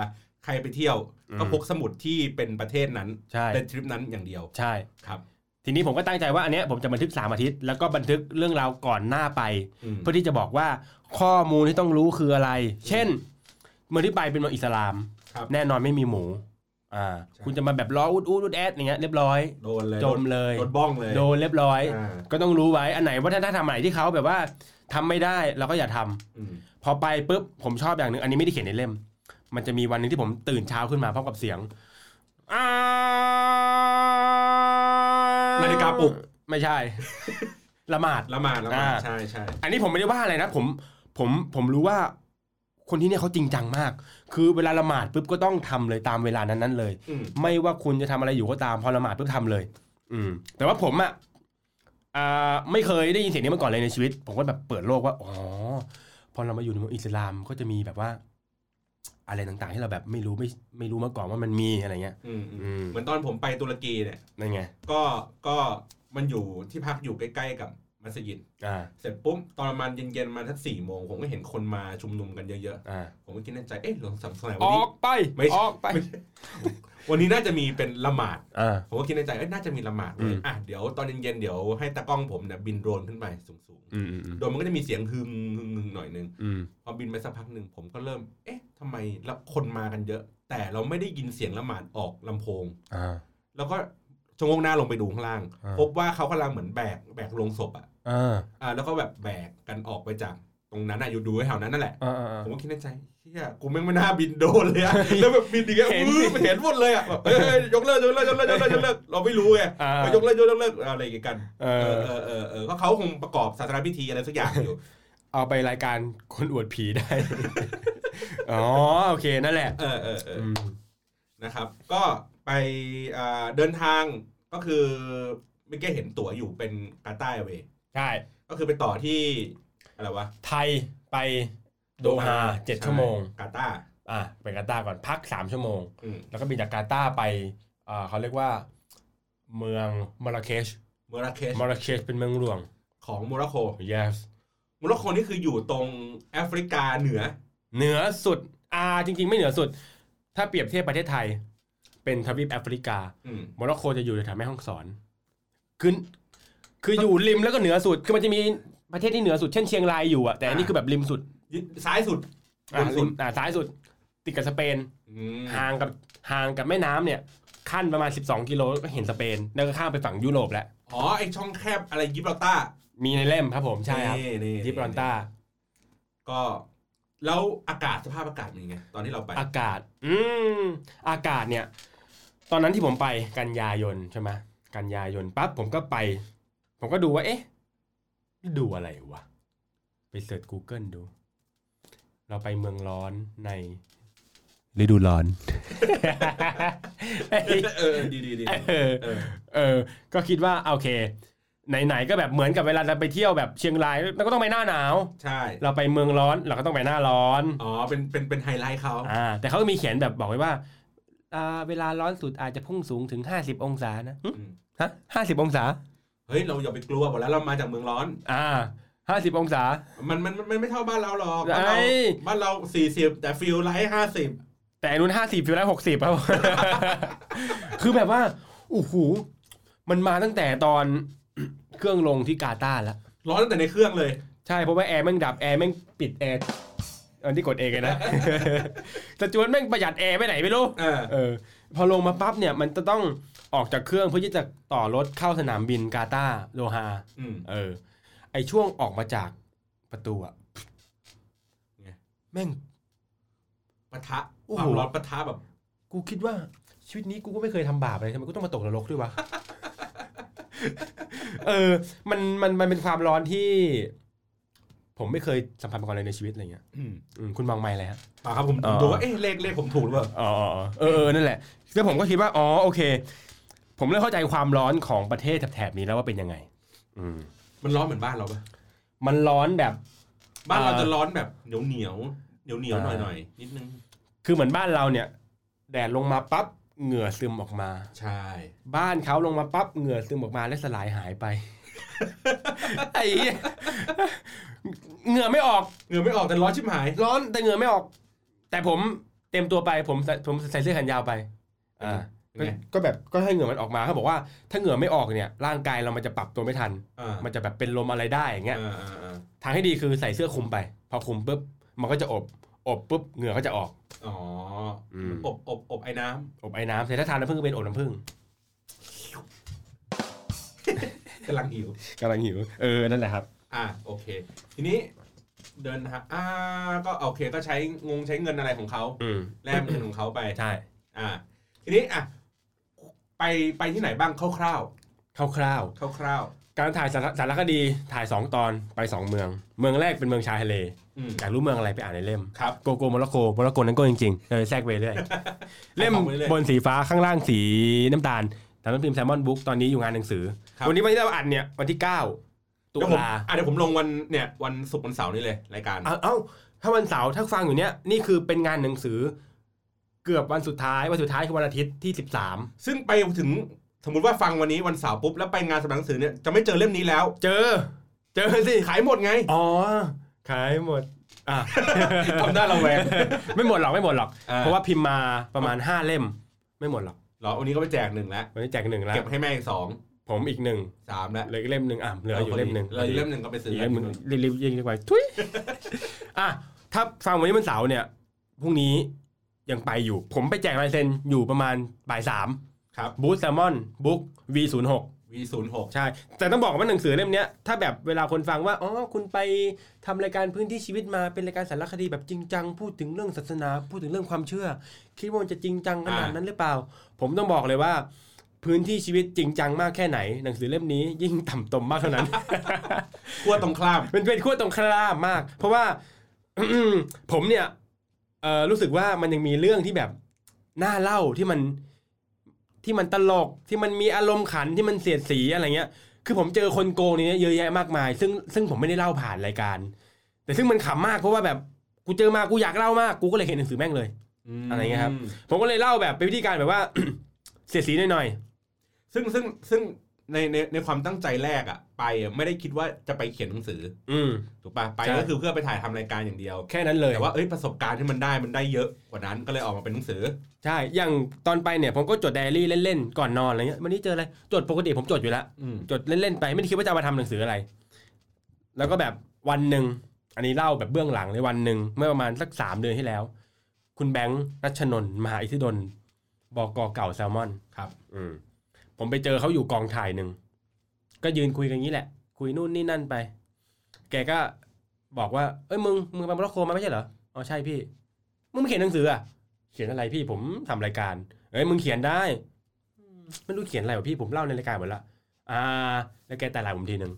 Speaker 2: ใครไปเที่ยว
Speaker 3: อืม
Speaker 2: ก็พกสมุดที่เป็นประเทศนั้น
Speaker 3: ใช่
Speaker 2: เป็นทริปนั้นอย่างเดียว
Speaker 3: ใช่
Speaker 2: ครับ
Speaker 3: ทีนี้ผมก็ตั้งใจว่าอันเนี้ยผมจะบันทึก3อาทิตย์ แล้วก็บันทึกเรื่องราวก่อนหน้าไป
Speaker 2: อืม
Speaker 3: เพื่อที่จะบอกว่าข้อมูลที่ต้องรู้คืออะไร เช่น เมืองที่ไปเป็นเมืองอิสลาม
Speaker 2: ครับ
Speaker 3: แน่นอนไม่มีหมู อ่า
Speaker 2: ใช่
Speaker 3: คุณจะมาแบบล้ออุดอุดอุดแอดอย่างเงี้ยเรียบร้อย
Speaker 2: โดนเลย
Speaker 3: จมเลย
Speaker 2: โดนบ้องเลย
Speaker 3: โดนเรียบร้อย
Speaker 2: อ่า
Speaker 3: ก็ต้องรู้ไว้อันไหนวัฒนธรรมไหนที่เขาแบบว่าทำไม่ได้เราก็อย่าทำ
Speaker 2: อืม
Speaker 3: พอไปปุ๊บผมชอบอย่างหนึ่งอันนี้ไม่ได้เขียนในเล่ม มันจะมีวันหนึงที่ผมตื่นเช้าขึ้นมาพร้อมกับเสียงอ้าว
Speaker 2: นาฬิกาปลุก
Speaker 3: ไม่ใช่ ละหมาด
Speaker 2: ละหมาดละหมาด
Speaker 3: อ่า
Speaker 2: ใช่ใช่
Speaker 3: อันนี้ผมไม่ได้ว่าอะไรนะผมผมผมรู้ว่า คนที่เนี่ยเขาจริงจังมาก คือเวลาละหมาดปุ๊บก็ต้องทำเลยตามเวลานั้นๆเลย
Speaker 2: อืม
Speaker 3: ไม่ว่าคุณจะทำอะไรอยู่ก็ตามพอละหมาดปุ๊บทำเลย อืม แต่ว่าผมอ่ะอ่าไม่เคยได้ยินเสียงนี้มาก่อนเลยในชีวิต ผมก็แบบเปิดโลกว่าอ๋อพอเรามาอยู่ในเมืองอิสลามก็จะมีแบบว่า อะไรต่างๆที่เราแบบไม่รู้ไม่ไม่รู้มาก่อนว่ามันมีอะไรเงี้ย
Speaker 2: อืมอืม
Speaker 3: อืม
Speaker 2: เหมือนตอนผมไปตุรกีเนี่ย
Speaker 3: นั่นไง
Speaker 2: ก็ก็มันอยู่ที่พักอยู่ใกล้ๆกับมัสยิด
Speaker 3: อ่า
Speaker 2: เสร็จปุ๊บตอนประมาณเย็นๆมาทักสี่โมงผมก็เห็นคนมาชุมนุมกันเยอะ
Speaker 3: อ่า
Speaker 2: ๆผมก็คิดในใจเอ๊ะหลวงสัมสมัย
Speaker 3: อ
Speaker 2: วันนี้
Speaker 3: อกไป
Speaker 2: ไม่ใช่
Speaker 3: ออกไป
Speaker 2: วันนี้น่าจะมีเป็นละหมาด
Speaker 3: อ่า
Speaker 2: ผมก็คิดในใจเอ้ยน่าจะมีละหมาดเว้ย
Speaker 3: อืม
Speaker 2: อ่ะ เดี๋ยวตอนเย็นๆ เดี๋ยวให้ตากล้องผมเนี่ยบินโดรนขึ้นไปสูง
Speaker 3: อืมอืมอืม
Speaker 2: ๆ โดรนมันก็จะมีเสียงฮึมฮึมฮึมหน่อยนึง
Speaker 3: อืม
Speaker 2: พอบินไปสักพักหนึ่งผมก็เริ่ม เอ๊ะทำไมละคนมากันเยอะ แต่เราไม่ได้ยินเสียงละหมาดออกลำโพง
Speaker 3: อ่า
Speaker 2: แล้วก็ชะโงงหน้าลงไปดูข้างล่าง
Speaker 3: อ่า
Speaker 2: พบว่าเขากำลังเหมือนแบกแบกโลงศพอ่ะ
Speaker 3: อ่า
Speaker 2: อ่า แล้วก็แบบแบกกันออกไปจากตรงนั้นอ่ะ อยู่ดูไว้แถวนั้นนั่นแหละ
Speaker 3: อ่าอ่าอ่า
Speaker 2: ผมก็คิดในใจเฮียกูแม่งไม่น่าบินโดนเลยอะแล้วแบบบินอีกแล้ว
Speaker 3: เห็น
Speaker 2: อื้อมันเห็นหมดเลยอะแบบเฮ้ยเฮ้ยยกเลิกยกเลิกยกเลิกยกเลิกยกเลิกเราไม่รู้ไง
Speaker 3: อ่า
Speaker 2: ยกเลิกยกเลิกเลิกอะไรอย่างเงี้ยกัน
Speaker 3: เอ
Speaker 2: เอ
Speaker 3: อ
Speaker 2: อเออเออเออเพราะเขาคงประกอบศาสนาพิธีอะไรสักอย่างอยู่
Speaker 3: เอาไปรายการคนอวดผีได้ อ๋อโอเคนั่นแหละ
Speaker 2: เออเออเออ
Speaker 3: อืม
Speaker 2: นะครับ ก็ไปอ่าเดินทางก็คือเมื่อกี้เห็นตั๋วอยู่เป็นกาตาร์เวย์
Speaker 3: ใช่
Speaker 2: ก็คือไปต่อที่อะไรวะ
Speaker 3: ไทยไปโดฮาเจ็ด
Speaker 2: ใ
Speaker 3: ชั่วโมง
Speaker 2: กาตาร์
Speaker 3: อ่ะไปกาตาร์ก่อนพักสามชั่วโมง
Speaker 2: อืม
Speaker 3: แล้วก็บินจากกาตาร์ไปเอ่อเขาเรียกว่า เมืองมาราเคช
Speaker 2: โมร็อกเคช
Speaker 3: มาราเคชเป็นเมืองหลวง
Speaker 2: ของโมร็อกโก
Speaker 3: yes
Speaker 2: โมร็อกโกนี่คืออยู่ตรงแอฟริกาเหนือ
Speaker 3: เหนือสุดอ่าจริง ๆ ไม่เหนือสุด ถ้าเปรียบเทียบประเทศไทย เป็นทวีปแอฟริกา
Speaker 2: อืม
Speaker 3: โมร็อกโกจะอยู่แถวแม่ฮ่องสอนคือคืออยู่ริมแล้วก็เหนือสุดคือมันจะมีประเทศที่เหนือสุดเช่นเชียงรายอยู่อะแต่อันนี้คือแบบริมสุด
Speaker 2: ซ้ายสุด
Speaker 3: อ่ะ
Speaker 2: บนสุด
Speaker 3: ริมอ่ะซ้ายสุด ติดกับสเปน
Speaker 2: อืม
Speaker 3: ห่างกับห่างกับแม่น้ำเนี่ยขั้นประมาณ 12 กิโลก็เห็นสเปน แล้วก็ข้ามไปฝั่งยุโรปแล้ว
Speaker 2: อ๋อไอช่องแคบอะไรยิบราลตาร์
Speaker 3: มีในเล่มครับผมใช่ครับ
Speaker 2: นี่นี่
Speaker 3: ยิบรอนตา
Speaker 2: ก็แล้วอากาศสภาพอากาศเป็นยังไงตอนที่เราไป
Speaker 3: อากาศ อืมอากาศเนี่ย ตอนนั้นที่ผมไปกันยายนใช่ไหมกันยายนปั๊บผมก็ไป ผมก็ดูว่า เอ๊ะฤดูอะไรวะ ไปเสิร์ช Google ดู เราไปเมืองร้อนในฤดูร้อน
Speaker 2: เออดีดีดี
Speaker 3: เออ
Speaker 2: เออ
Speaker 3: เออ ก็คิดว่าโอเค ไหนๆก็แบบเหมือนกับเวลาเราไปเที่ยวแบบเชียงรายเราก็ต้องไปหน้าหนาว
Speaker 2: ใช่
Speaker 3: เราไปเมืองร้อนเราก็ต้องไปหน้าร้อน
Speaker 2: อ๋อ เป็น เป็น เป็นไฮไลท์เขา
Speaker 3: อ่าแต่เขาก็มีเขียนแบบบอกไว้ว่าอ่า เวลาร้อนสุดอาจจะพุ่งสูงถึง 50 องศานะหึ
Speaker 2: อืม
Speaker 3: ฮะห้าสิบองศา
Speaker 2: เฮ้ย เราอย่าไปกลัวบอกแล้วเรามาจากเมืองร้อน
Speaker 3: อ่าห้าสิบองศา
Speaker 2: มันมัน มันมันไม่เท่าบ้านเราหรอก บ้าน
Speaker 3: ไอ้
Speaker 2: เราบ้านเราสี่สิบแต่ฟิลไลท์ห้าสิบ
Speaker 3: แต่อันนู้นห้าสิบฟิลแล้วหกสิบครับ คือแบบว่าโอ้โหมันมาตั้งแต่ตอน เครื่องลงที่กาตาร์ละ
Speaker 2: ร้อนตั้งแต่ในเครื่องเลย
Speaker 3: ใช่เพราะว่าแอร์แม่งดับแอร์แม่งปิดแอร์อันที่กดเองไงนะ แต่จวนแม่งประหยัดแอร์ไปไหนไม่รู้
Speaker 2: เออ
Speaker 3: เออ พอลงมาปั๊บเนี่ยมันจะต้องออกจากเครื่องเพื่อที่จะต่อรถเข้าสนามบินกาตาร์โดฮา
Speaker 2: อืม
Speaker 3: เออ ไอช่วงออกมาจากประตูอะ
Speaker 2: ไง
Speaker 3: แม่ง
Speaker 2: ปะทะ
Speaker 3: โอ้โห
Speaker 2: ความร้อนปะทะแบบ
Speaker 3: กูคิดว่า ชีวิตนี้กูก็ไม่เคยทำบาปเลยทำไมกูต้องมาตกนรกด้วยวะ เออ มันมันมันเป็นความร้อนที่ ผมไม่เคยสัมผัสมาก่อนเลยในชีวิตอะไรเงี้ย
Speaker 2: อืม
Speaker 3: อืมคุณมองไม่อะไรฮะ
Speaker 2: เปล่าครับผมผมดูว่าเอ๊ะเลขเลขผมถูกหรือเปล่า
Speaker 3: อ๋ออ๋อเออเออนั่นแหละแล้วผมก็คิดว่าอ๋อโอเค ผมเริ่มเข้าใจความร้อนของประเทศแถบๆนี้แล้วว่าเป็นยังไง อืม
Speaker 2: มันร้อนเหมือนบ้านเราปะ
Speaker 3: มันร้อนแบบ
Speaker 2: บ้านเรา
Speaker 3: เอ่อ
Speaker 2: จะร้อนแบบเหนียวเหนียวเหนียวเหนียวหน่อย
Speaker 3: อ่า
Speaker 2: หน่อยนิดนึง
Speaker 3: คือเหมือนบ้านเราเนี่ย แดดลงมาปั๊บเหงื่อซึมออกมา
Speaker 2: ใช่
Speaker 3: บ้านเขาลงมาปั๊บเหงื่อซึมออกมาและสลายหายไป ไอ้เหี้ยเหงื่อไม่ออก
Speaker 2: เหงื่อไม่ออกแต่ร้อนชิบหาย
Speaker 3: ร้อนแต่เหงื่อไม่ออก แต่ผมเต็มตัวไปผมใส่ผมใส่เสื้อแขนยาวไป อ่า
Speaker 2: เป็นไง
Speaker 3: ก็แบบก็ให้เหงื่อมันออกมาเขาบอกว่าถ้าเหงื่อไม่ออกเนี่ย ร่างกายเรามันจะปรับตัวไม่ทัน
Speaker 2: อ่า
Speaker 3: มันจะแบบเป็นลมอะไรได้อย่างเงี้ย
Speaker 2: อ่าอ่าอ่า
Speaker 3: ทางให้ดีคือใส่เสื้อคลุมไป พอคลุมปุ๊บมันก็จะอบอบปุ๊บเหงื่อก็จะออก
Speaker 2: อ๋ออ
Speaker 3: ม
Speaker 2: อบอบอบไอ้น้ำ
Speaker 3: อบไอ้น้ำใส่ถ้าทานน้ำผึ้งก็เป็นอบน้ำผึ้ง
Speaker 2: กำลังหิว
Speaker 3: กำลังหิวเออนั่นแหละครับ
Speaker 2: อ่าโอเค ทีนี้เดินทางอ่าก็โอเคก็ใช้งงใช้เงินอะไรของเขา
Speaker 3: อืม
Speaker 2: แลกเงินของเขาไป
Speaker 3: ใช่
Speaker 2: อ่า ทีนี้อ่ะไปไปที่ไหนบ้างคร่าว
Speaker 3: คร่าว
Speaker 2: ๆคร่าว
Speaker 3: ๆการถ่ายสารสารคดีถ่าย 2 ตอนไป 2 เมือง เมืองแรกเป็นเมืองชายทะเล
Speaker 2: ๆอืม
Speaker 3: อยากรู้เมืองอะไรไปอ่านในเล่ม
Speaker 2: ครับ
Speaker 3: โกโก้โมร็อกโกโมร็อกโกนั้นโกจริงๆเลยแทรกไปเรื่อยเล่ม
Speaker 2: เอาไปเรื่อย
Speaker 3: บนสีฟ้าข้างล่างสีน้ำตาลสำนักพิมพ์แซมมอนบุ๊กตอนนี้อยู่งานหนังสือ
Speaker 2: ครับ
Speaker 3: วันนี้วันที่เราอัดเนี่ยวันที่ 9 ตุ
Speaker 2: เดี๋ยวผม
Speaker 3: ลา
Speaker 2: อ่ะเดี๋ยวผมลงวันเนี่ยวันศุกร์วันเสาร์นี่เลยรายการ
Speaker 3: เอาเอ้าถ้าวันเสาร์ถ้าฟังอยู่เนี้ยนี่คือเป็นงานหนังสือ เกือบวันสุดท้ายวันสุดท้ายคือวันอาทิตย์ที่สิบสาม
Speaker 2: ซึ่งไปถึงสมมติว่าฟังวันนี้วันเสาร์ปุ๊บแล้วไปงานสำนักหนังสือเนี่ยจะไม่เจอเล่มนี้แล้ว
Speaker 3: เจอ เจอสิ
Speaker 2: ขายหมดไง
Speaker 3: อ๋อขายหมดอ่ะ
Speaker 2: ทำได้ระแวง
Speaker 3: ไม่หมดหรอกไม่หมดหรอก
Speaker 2: อ่า
Speaker 3: เพราะว่าพิมพ์มาประมาณห้าเล่ม ไม่หมดหรอก
Speaker 2: เหรอวันนี้ก็ไปแจกหนึ่งแล้ว
Speaker 3: วันนี้แจกหนึ่งแล้ว
Speaker 2: เก็บให้แม่อีกสอง
Speaker 3: ผมอีกหนึ่ง
Speaker 2: สามแล้ว
Speaker 3: เหลืออีกเล่มหนึ่งอ่ะเหลืออยู่เล่มหนึ่ง
Speaker 2: เหลืออยู่เล่มหนึ่งก็ไปซื้อ
Speaker 3: อี
Speaker 2: อ
Speaker 3: กเล่มหนึ่งรีบๆยิงดีกว่าทุย อ่ะถ้าฟังวันนี้วันเสาร์เนี่ยพรุ่งนี้ยังไปอยู่ ผมไปแจกลายเซ็นอยู่ประมาณบ่ายสาม
Speaker 2: ครับ
Speaker 3: บูธแซลมอนบุ๊ก V06
Speaker 2: V06
Speaker 3: ใช่ แต่ต้องบอกว่าหนังสือเล่มเนี้ยถ้าแบบเวลาคนฟังว่า อ๋อ คุณไปทำรายการพื้นที่ชีวิตมาเป็นรายการสารคดีแบบจริงจัง พูดถึงเรื่องศาสนา พูดถึงเรื่องความเชื่อ คิดว่ามันจะจริงจังขนาดนั้นหรือเปล่า ผมต้องบอกเลยว่า พื้นที่ชีวิตจริงจังมากแค่ไหน หนังสือเล่มนี้ยิ่งต่ำตมมากเท่านั้น
Speaker 2: ขั้วตรงข้าม
Speaker 3: มันเป็นขั้วตรงข้ามมาก เพราะว่า ผมเนี่ยเอ่อรู้สึกว่ามันยังมีเรื่องที่แบบน่าเล่าที่มันที่มันตลกที่มันมีอารมณ์ขันที่มันเสียดสีอะไรเงี้ย คือผมเจอคนโกงในเนี้ยเยอะแยะมากมาย ซึ่งซึ่งผมไม่ได้เล่าผ่านรายการ แต่ซึ่งมันขำมากเพราะว่าแบบกูเจอมากูอยากเล่ามากกูก็เลยเขียนหนังสือแม่งเลย
Speaker 2: ม
Speaker 3: อะไรเงี้ยครับ ผมก็เลยเล่าแบบเป็นวิธีการแบบว่า เสียดสีหน่อย
Speaker 2: ซึ่งซึ่งซึ่งในในในความตั้งใจแรกอ่ะไปอะไม่ได้คิดว่าจะไปเขียนหนังสือ
Speaker 3: ๆอืม
Speaker 2: ถูกป่ะไป
Speaker 3: ใช่
Speaker 2: ก็คือเพื่อไปถ่ายทำรายการอย่างเดียว
Speaker 3: แค่นั้นเลย
Speaker 2: แต่ว่าเอ้ยประสบการณ์ที่มันได้มันได้เยอะกว่านั้นก็เลยออกมาเป็นหนังสือ
Speaker 3: ใช่ อย่างตอนไปเนี่ยผมก็จดไดอารี่เล่นๆ ก่อนนอนอะไรเงี้ย วันนี้เจออะไร จดปกติผมจดอยู่แล้ว
Speaker 2: อืม
Speaker 3: จดเล่นๆไปไม่ได้คิดว่าจะเอามาทำหนังสืออะไร แล้วก็แบบวันหนึ่ง อันนี้เล่าแบบเบื้องหลังเลยวันหนึ่งเมื่อประมาณสักสามเดือนที่แล้ว คุณแบงค์รัชนนท์มหาอิทธิดลบกเก่าแซลมอน
Speaker 2: ครับ
Speaker 3: อืมผมไปเจอเขาอยู่กองถ่ายหนึ่ง ก็ยืนคุยกันอย่างนี้แหละ คุยนู่นนี่นั่นไป แกก็บอกว่า เอ้ยมึงมึงไปโมร็อกโกมาไม่ใช่เหรอ อ๋อใช่พี่ มึงไม่เขียนหนังสืออะเขียนอะไรพี่ผมทำรายการ เอ้ยมึงเขียนได้อืมไม่รู้เขียนอะไรวะพี่ผมเล่าในรายการหมดละอ่า แล้วแกแต่หลายผมทีหนึ่ง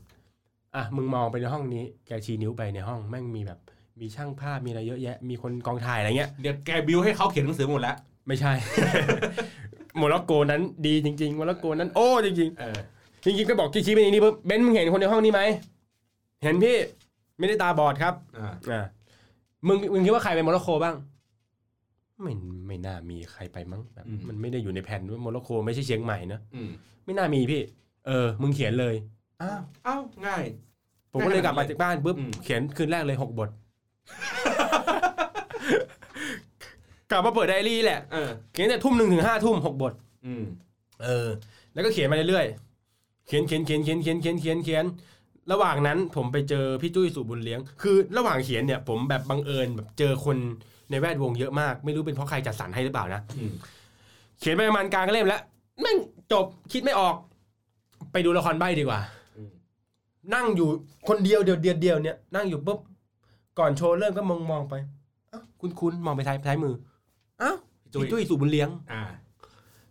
Speaker 3: อ่ะมึงมองไปในห้องนี้ แกชี้นิ้วไปในห้องแม่งมีแบบ มีช่างภาพมีอะไรเยอะแยะ มีคนกองถ่ายอะไรเงี้ย
Speaker 2: เดี๋ยวแกบิวให้เขาเขียนหนังสือหมดแล้ว
Speaker 3: ไม่ใช่ โมร็อกโกนั้นดีจริงๆโมร็อกโกนั้นโอ้จริง
Speaker 2: เออ
Speaker 3: ๆ จริงๆก็บอกชี้ๆไปอย่างนี้ปุ๊บเบนซ์มึงเห็นคนในห้องนี้ไหม เห็นพี่ ไม่ได้ตาบอดครับ
Speaker 2: อ่า
Speaker 3: อ่ามึงมึงคิดว่าใครไปโมร็อกโกบ้าง ไม่ไม่น่ามีใครไปมั้งแบบ
Speaker 2: อืม
Speaker 3: มันไม่ได้อยู่ในแผนด้วยโมร็อกโกไม่ใช่เชียงใหม่นะ
Speaker 2: อืม
Speaker 3: ไม่น่ามีพี่ เออ มึงเขียนเลยอ้าว
Speaker 2: เอ้าง่าย
Speaker 3: ผมก็เลยกลับมาจากบ้านปุ๊บ
Speaker 2: อืม
Speaker 3: เขียนคืนแรกเลยหกบท กลับมาเปิดไดอารี่แหละ
Speaker 2: เออ
Speaker 3: เขียนแต่ทุ่มหนึ่งถึงห้าทุ่มหกบท
Speaker 2: อืม
Speaker 3: เออ แล้วก็เขียนมาเรื่อยๆ เขียนเขียนเขียนเขียนเขียนเขียนเขียนเขียน ระหว่างนั้นผมไปเจอพี่จุ้ยสุบุญเลี้ยง คือ ระหว่างเขียนเนี่ย ผมแบบบังเอิญแบบเจอคนในแวดวงเยอะมาก ไม่รู้เป็นเพราะใครจัดสรรให้หรือเปล่านะ
Speaker 2: อืม
Speaker 3: เขียนไปประมาณกลางเล่มแล้วแม่งจบคิดไม่ออก ไปดูละครใบ้ดีกว่า
Speaker 2: อืม
Speaker 3: นั่งอยู่คนเดียวเดียวเดียวเดียวเนี่ยนั่งอยู่ปุ๊บก่อนโชว์เริ่มก็มองมองไปอ้าวคุณคุณมองไปท้ายท้ายมืออ้าว
Speaker 2: จุ้ย
Speaker 3: พี่จุ้ยสุบุญเลี้ยง
Speaker 2: อ่า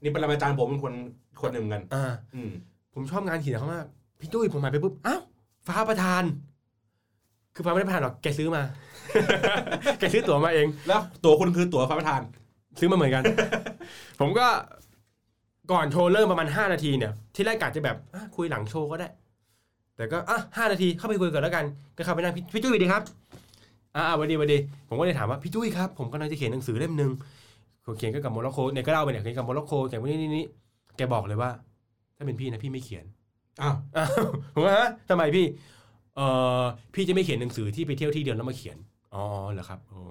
Speaker 2: นี่ปรมาจารย์ผมเป็นคนคนหนึ่งเหมือนกัน
Speaker 3: อ่า
Speaker 2: อืม
Speaker 3: ผมชอบงานเขียนเขามาก พี่จุ้ยผมหายไปปุ๊บ อ้าว ฟ้าประธาน คือฟ้าไม่ได้ประทานหรอกแกซื้อมา แกซื้อตั๋วมาเอง
Speaker 2: แล้วตั๋วคุณคือตั๋วพระประธาน
Speaker 3: ซื้อมาเหมือนกัน ผมก็ก่อนโชว์เริ่มประมาณห้านาทีเนี่ย ที่แรกกะจะแบบอ่ะคุยหลังโชว์ก็ได้ แต่ก็อ่ะห้านาทีเข้าไปคุยก่อนแล้วกัน ก็เข้าไปนั่งพี่พี่จุ้ยสวัสดีครับ อ่าอ่าสวัสดีสวัสดี ผมก็เลยถามว่าพี่จุ้ยครับ ผมกำลังจะเขียนหนังสือเล่มหนึ่งผมเขียนเกี่ยวกับโมร็อกโกเนี่ยก็เล่าไปเนี่ยเขียนเกี่ยวกับโมร็อกโกเขียนว่านี่นี่นี่แกบอกเลยว่า ถ้าเป็นพี่นะพี่ไม่เขียน
Speaker 2: อ้าว
Speaker 3: อ้าวผมว่าฮ ะทำไมพี่ เออพี่จะไม่เขียนหนังสือที่ไปเที่ยวที่เดียวแล้วมาเขียน อ๋อเหรอครับอ๋อ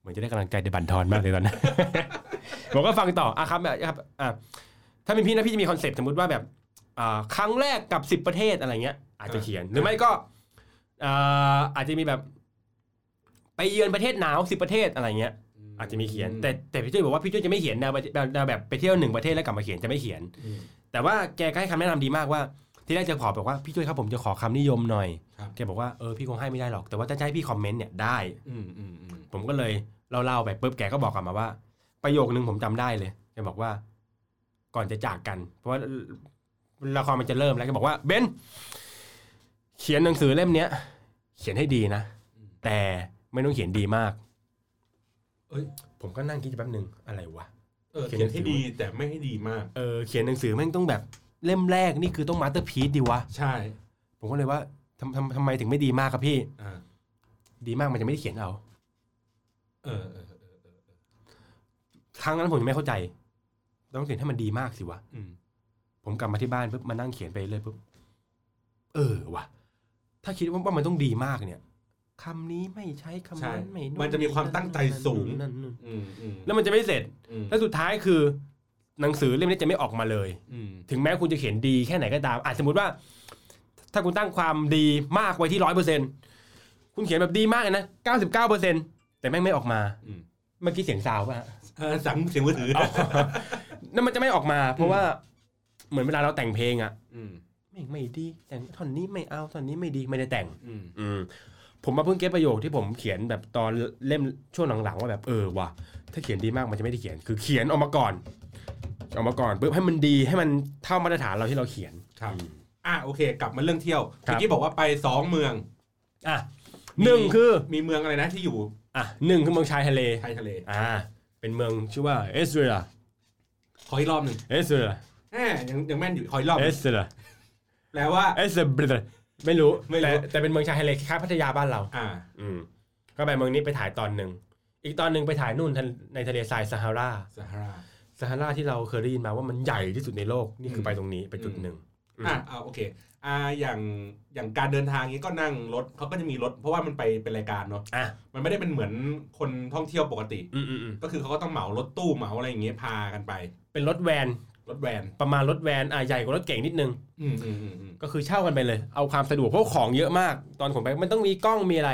Speaker 3: เหมือนจะได้กำลังใจในบันทอนมากเลยตอนนั้น ผมก็ฟังต่ออ่ะครับแบบครับอ่ะถ้าเป็นพี่นะพี่จะมีคอนเซปต์สมมติว่าแบบอ่าครั้งแรกกับสิบประเทศอะไรเงี้ย อาจจะเขียน หรือไม่ก็อ่าอาจจะมีแบบ ไปเยือนประเทศหนาวสิบประเทศอะไรเงี้ย อาจจะมีเขียน แต่แต่พี่จุ้ยบอกว่าพี่จุ้ยจะไม่เขียนแนวประเทศแนวแบบไปเที่ยวหนึ่งประเทศแล้วกลับมาเขียนจะไม่เขียน
Speaker 2: อืม
Speaker 3: แต่ว่าแกก็ให้คำแนะนำดีมากว่า ที่แรกจะขอบอกว่าพี่ช่วยครับผมจะขอคำนิยมหน่อย
Speaker 2: ครับ
Speaker 3: แกบอกว่าเออพี่คงให้ไม่ได้หรอกแต่ว่าถ้าจะให้พี่คอมเมนต์เนี่ยได้
Speaker 2: อืมอืมอืม
Speaker 3: ผมก็เลยเล่าเล่าๆไปปุ๊บแกก็บอกกลับมาว่า ประโยคนึงผมจำได้เลยแกบอกว่า ก่อนจะจากกัน เพราะว่าละครมันจะเริ่มแล้วแกบอกว่าเบนเขียนหนังสือเล่มเนี้ย เขียนให้ดีนะแต่ไม่ต้องเขียนดีมาก
Speaker 2: เอ้ย
Speaker 3: ผมก็นั่งคิดอยู่แป๊บนึงอะไรวะ
Speaker 2: เออเขียนให้ดีแต่ไม่ให้ดีมาก
Speaker 3: เออเขียนหนังสือแม่งต้องแบบเล่มแรกนี่คือต้องมาสเตอร์พีซดีวะ
Speaker 2: ใช่
Speaker 3: ผมก็เลยว่าทำทำทำไมถึงไม่ดีมากครับพี่
Speaker 2: อ่า
Speaker 3: ดีมากมันจะไม่ได้เขียนเอา
Speaker 2: เออเออเออเออ
Speaker 3: ครั้งนั้นผมยังไม่เข้าใจ ต้องเขียนให้มันดีมากสิวะ
Speaker 2: อืม
Speaker 3: ผมกลับมาที่บ้านปุ๊บมานั่งเขียนไปเลยปุ๊บ เออวะถ้าคิดว่าว่ามันต้องดีมากเนี่ยคำนี้ไม่ใช้คำ
Speaker 2: ใช่
Speaker 3: นั้นไม่
Speaker 2: มันจะมีความตั้งใจสูง
Speaker 3: นั่นนู่น
Speaker 2: อืมอืม
Speaker 3: แล้วมันจะไม่เสร็จ
Speaker 2: อืม
Speaker 3: แล้วสุดท้ายคือ หนังสือเล่มนี้จะไม่ออกมาเลย
Speaker 2: อืม
Speaker 3: ถึงแม้คุณจะเขียนดีแค่ไหนก็ตามอาจสมมติว่า ถ้าคุณตั้งความดีมากไว้ที่ร้อยเปอร์เซ็นคุณเขียนแบบดีมากเลยนะเก้าสิบเก้าเปอร์เซ็นแต่แม่งไม่ออกมา
Speaker 2: อืม
Speaker 3: เมื่อกี้เสียงซาวป่ะ
Speaker 2: เออสั่งเสียงมือถือ
Speaker 3: นั่นมันจะไม่ออกมา เพราะว่าเหมือนเวลาเราแต่งเพลงอะ
Speaker 2: อืม
Speaker 3: ไม่งไม่ดีแต่งท่อนนี้ไม่เอาท่อนนี้ไม่ดีไม่ได้แต่ง
Speaker 2: อืม
Speaker 3: อืมผมมาเพิ่งเก็ตประโยคที่ผมเขียนแบบตอนเล่มช่วงหลังๆว่าแบบเออว่ะถ้าเขียนดีมากมันจะไม่ได้เขียน คือเขียนออกมาก่อนออกมาก่อนปุ๊บให้มันดีให้มันเท่ามาตรฐานเราที่เราเขียน
Speaker 2: ครับ อ่ะโอเค กลับมาเรื่องเที่ยว
Speaker 3: ครับ
Speaker 2: เมื่อกี้บอกว่าไปสองเมือง
Speaker 3: อ่ะหนึ่งคือ
Speaker 2: มีเมืองอะไรนะที่อยู่
Speaker 3: อ่ะหนึ่งคือเมืองชายทะเล
Speaker 2: ชายทะเล
Speaker 3: อ่า เป็นเมืองชื่อว่าเอสเรลา
Speaker 2: ขออีกรอบหนึ่ง
Speaker 3: เอสเรลา
Speaker 2: แหมยังยังแม่นอยู่ขออีกรอบห
Speaker 3: เอ
Speaker 2: นึ่ง
Speaker 3: สเรลา
Speaker 2: แปลว่า
Speaker 3: เอสเรลาไม่รู้
Speaker 2: ไม่รู้
Speaker 3: แต่แต่เป็นเมืองชายทะเลคล้ายๆพัทยาบ้านเรา
Speaker 2: อ่า
Speaker 3: อืมก็ไปเมืองนี้ไปถ่ายตอนหนึ่ง อีกตอนหนึ่งไปถ่ายนู่นทะในทะเลทรายซาฮารา
Speaker 2: ซาฮารา
Speaker 3: ซาฮาราที่เราเคยได้ยินมาว่ามันใหญ่ที่สุดในโลก นี่คือ
Speaker 2: ม
Speaker 3: ไปตรงนี้ไปจุดหนึ่ง อืม
Speaker 2: อ่ะเอาโอเค อ่า อย่าง อย่างการเดินทางนี้ก็นั่งรถเขาก็จะมีรถ เพราะว่ามันไปเป็นรายการเนาะ
Speaker 3: อ่ะ
Speaker 2: มันไม่ได้เป็นเหมือนคนท่องเที่ยวปกติ
Speaker 3: อืมอืมอืม
Speaker 2: ก็คือเขาก็ต้องเหมารถตู้เหมาอะไรอย่างเงี้ยพากันไป
Speaker 3: เป็นรถแวน
Speaker 2: รถแวน
Speaker 3: ประมาณรถแวนอ่ะใหญ่กว่ารถเก่งนิดนึง
Speaker 2: อืมอืมอืมอืม
Speaker 3: ก็คือเช่ากันไปเลย เอาความสะดวกเพราะของเยอะมาก ตอนผมไปมันต้องมีกล้องมีอะไร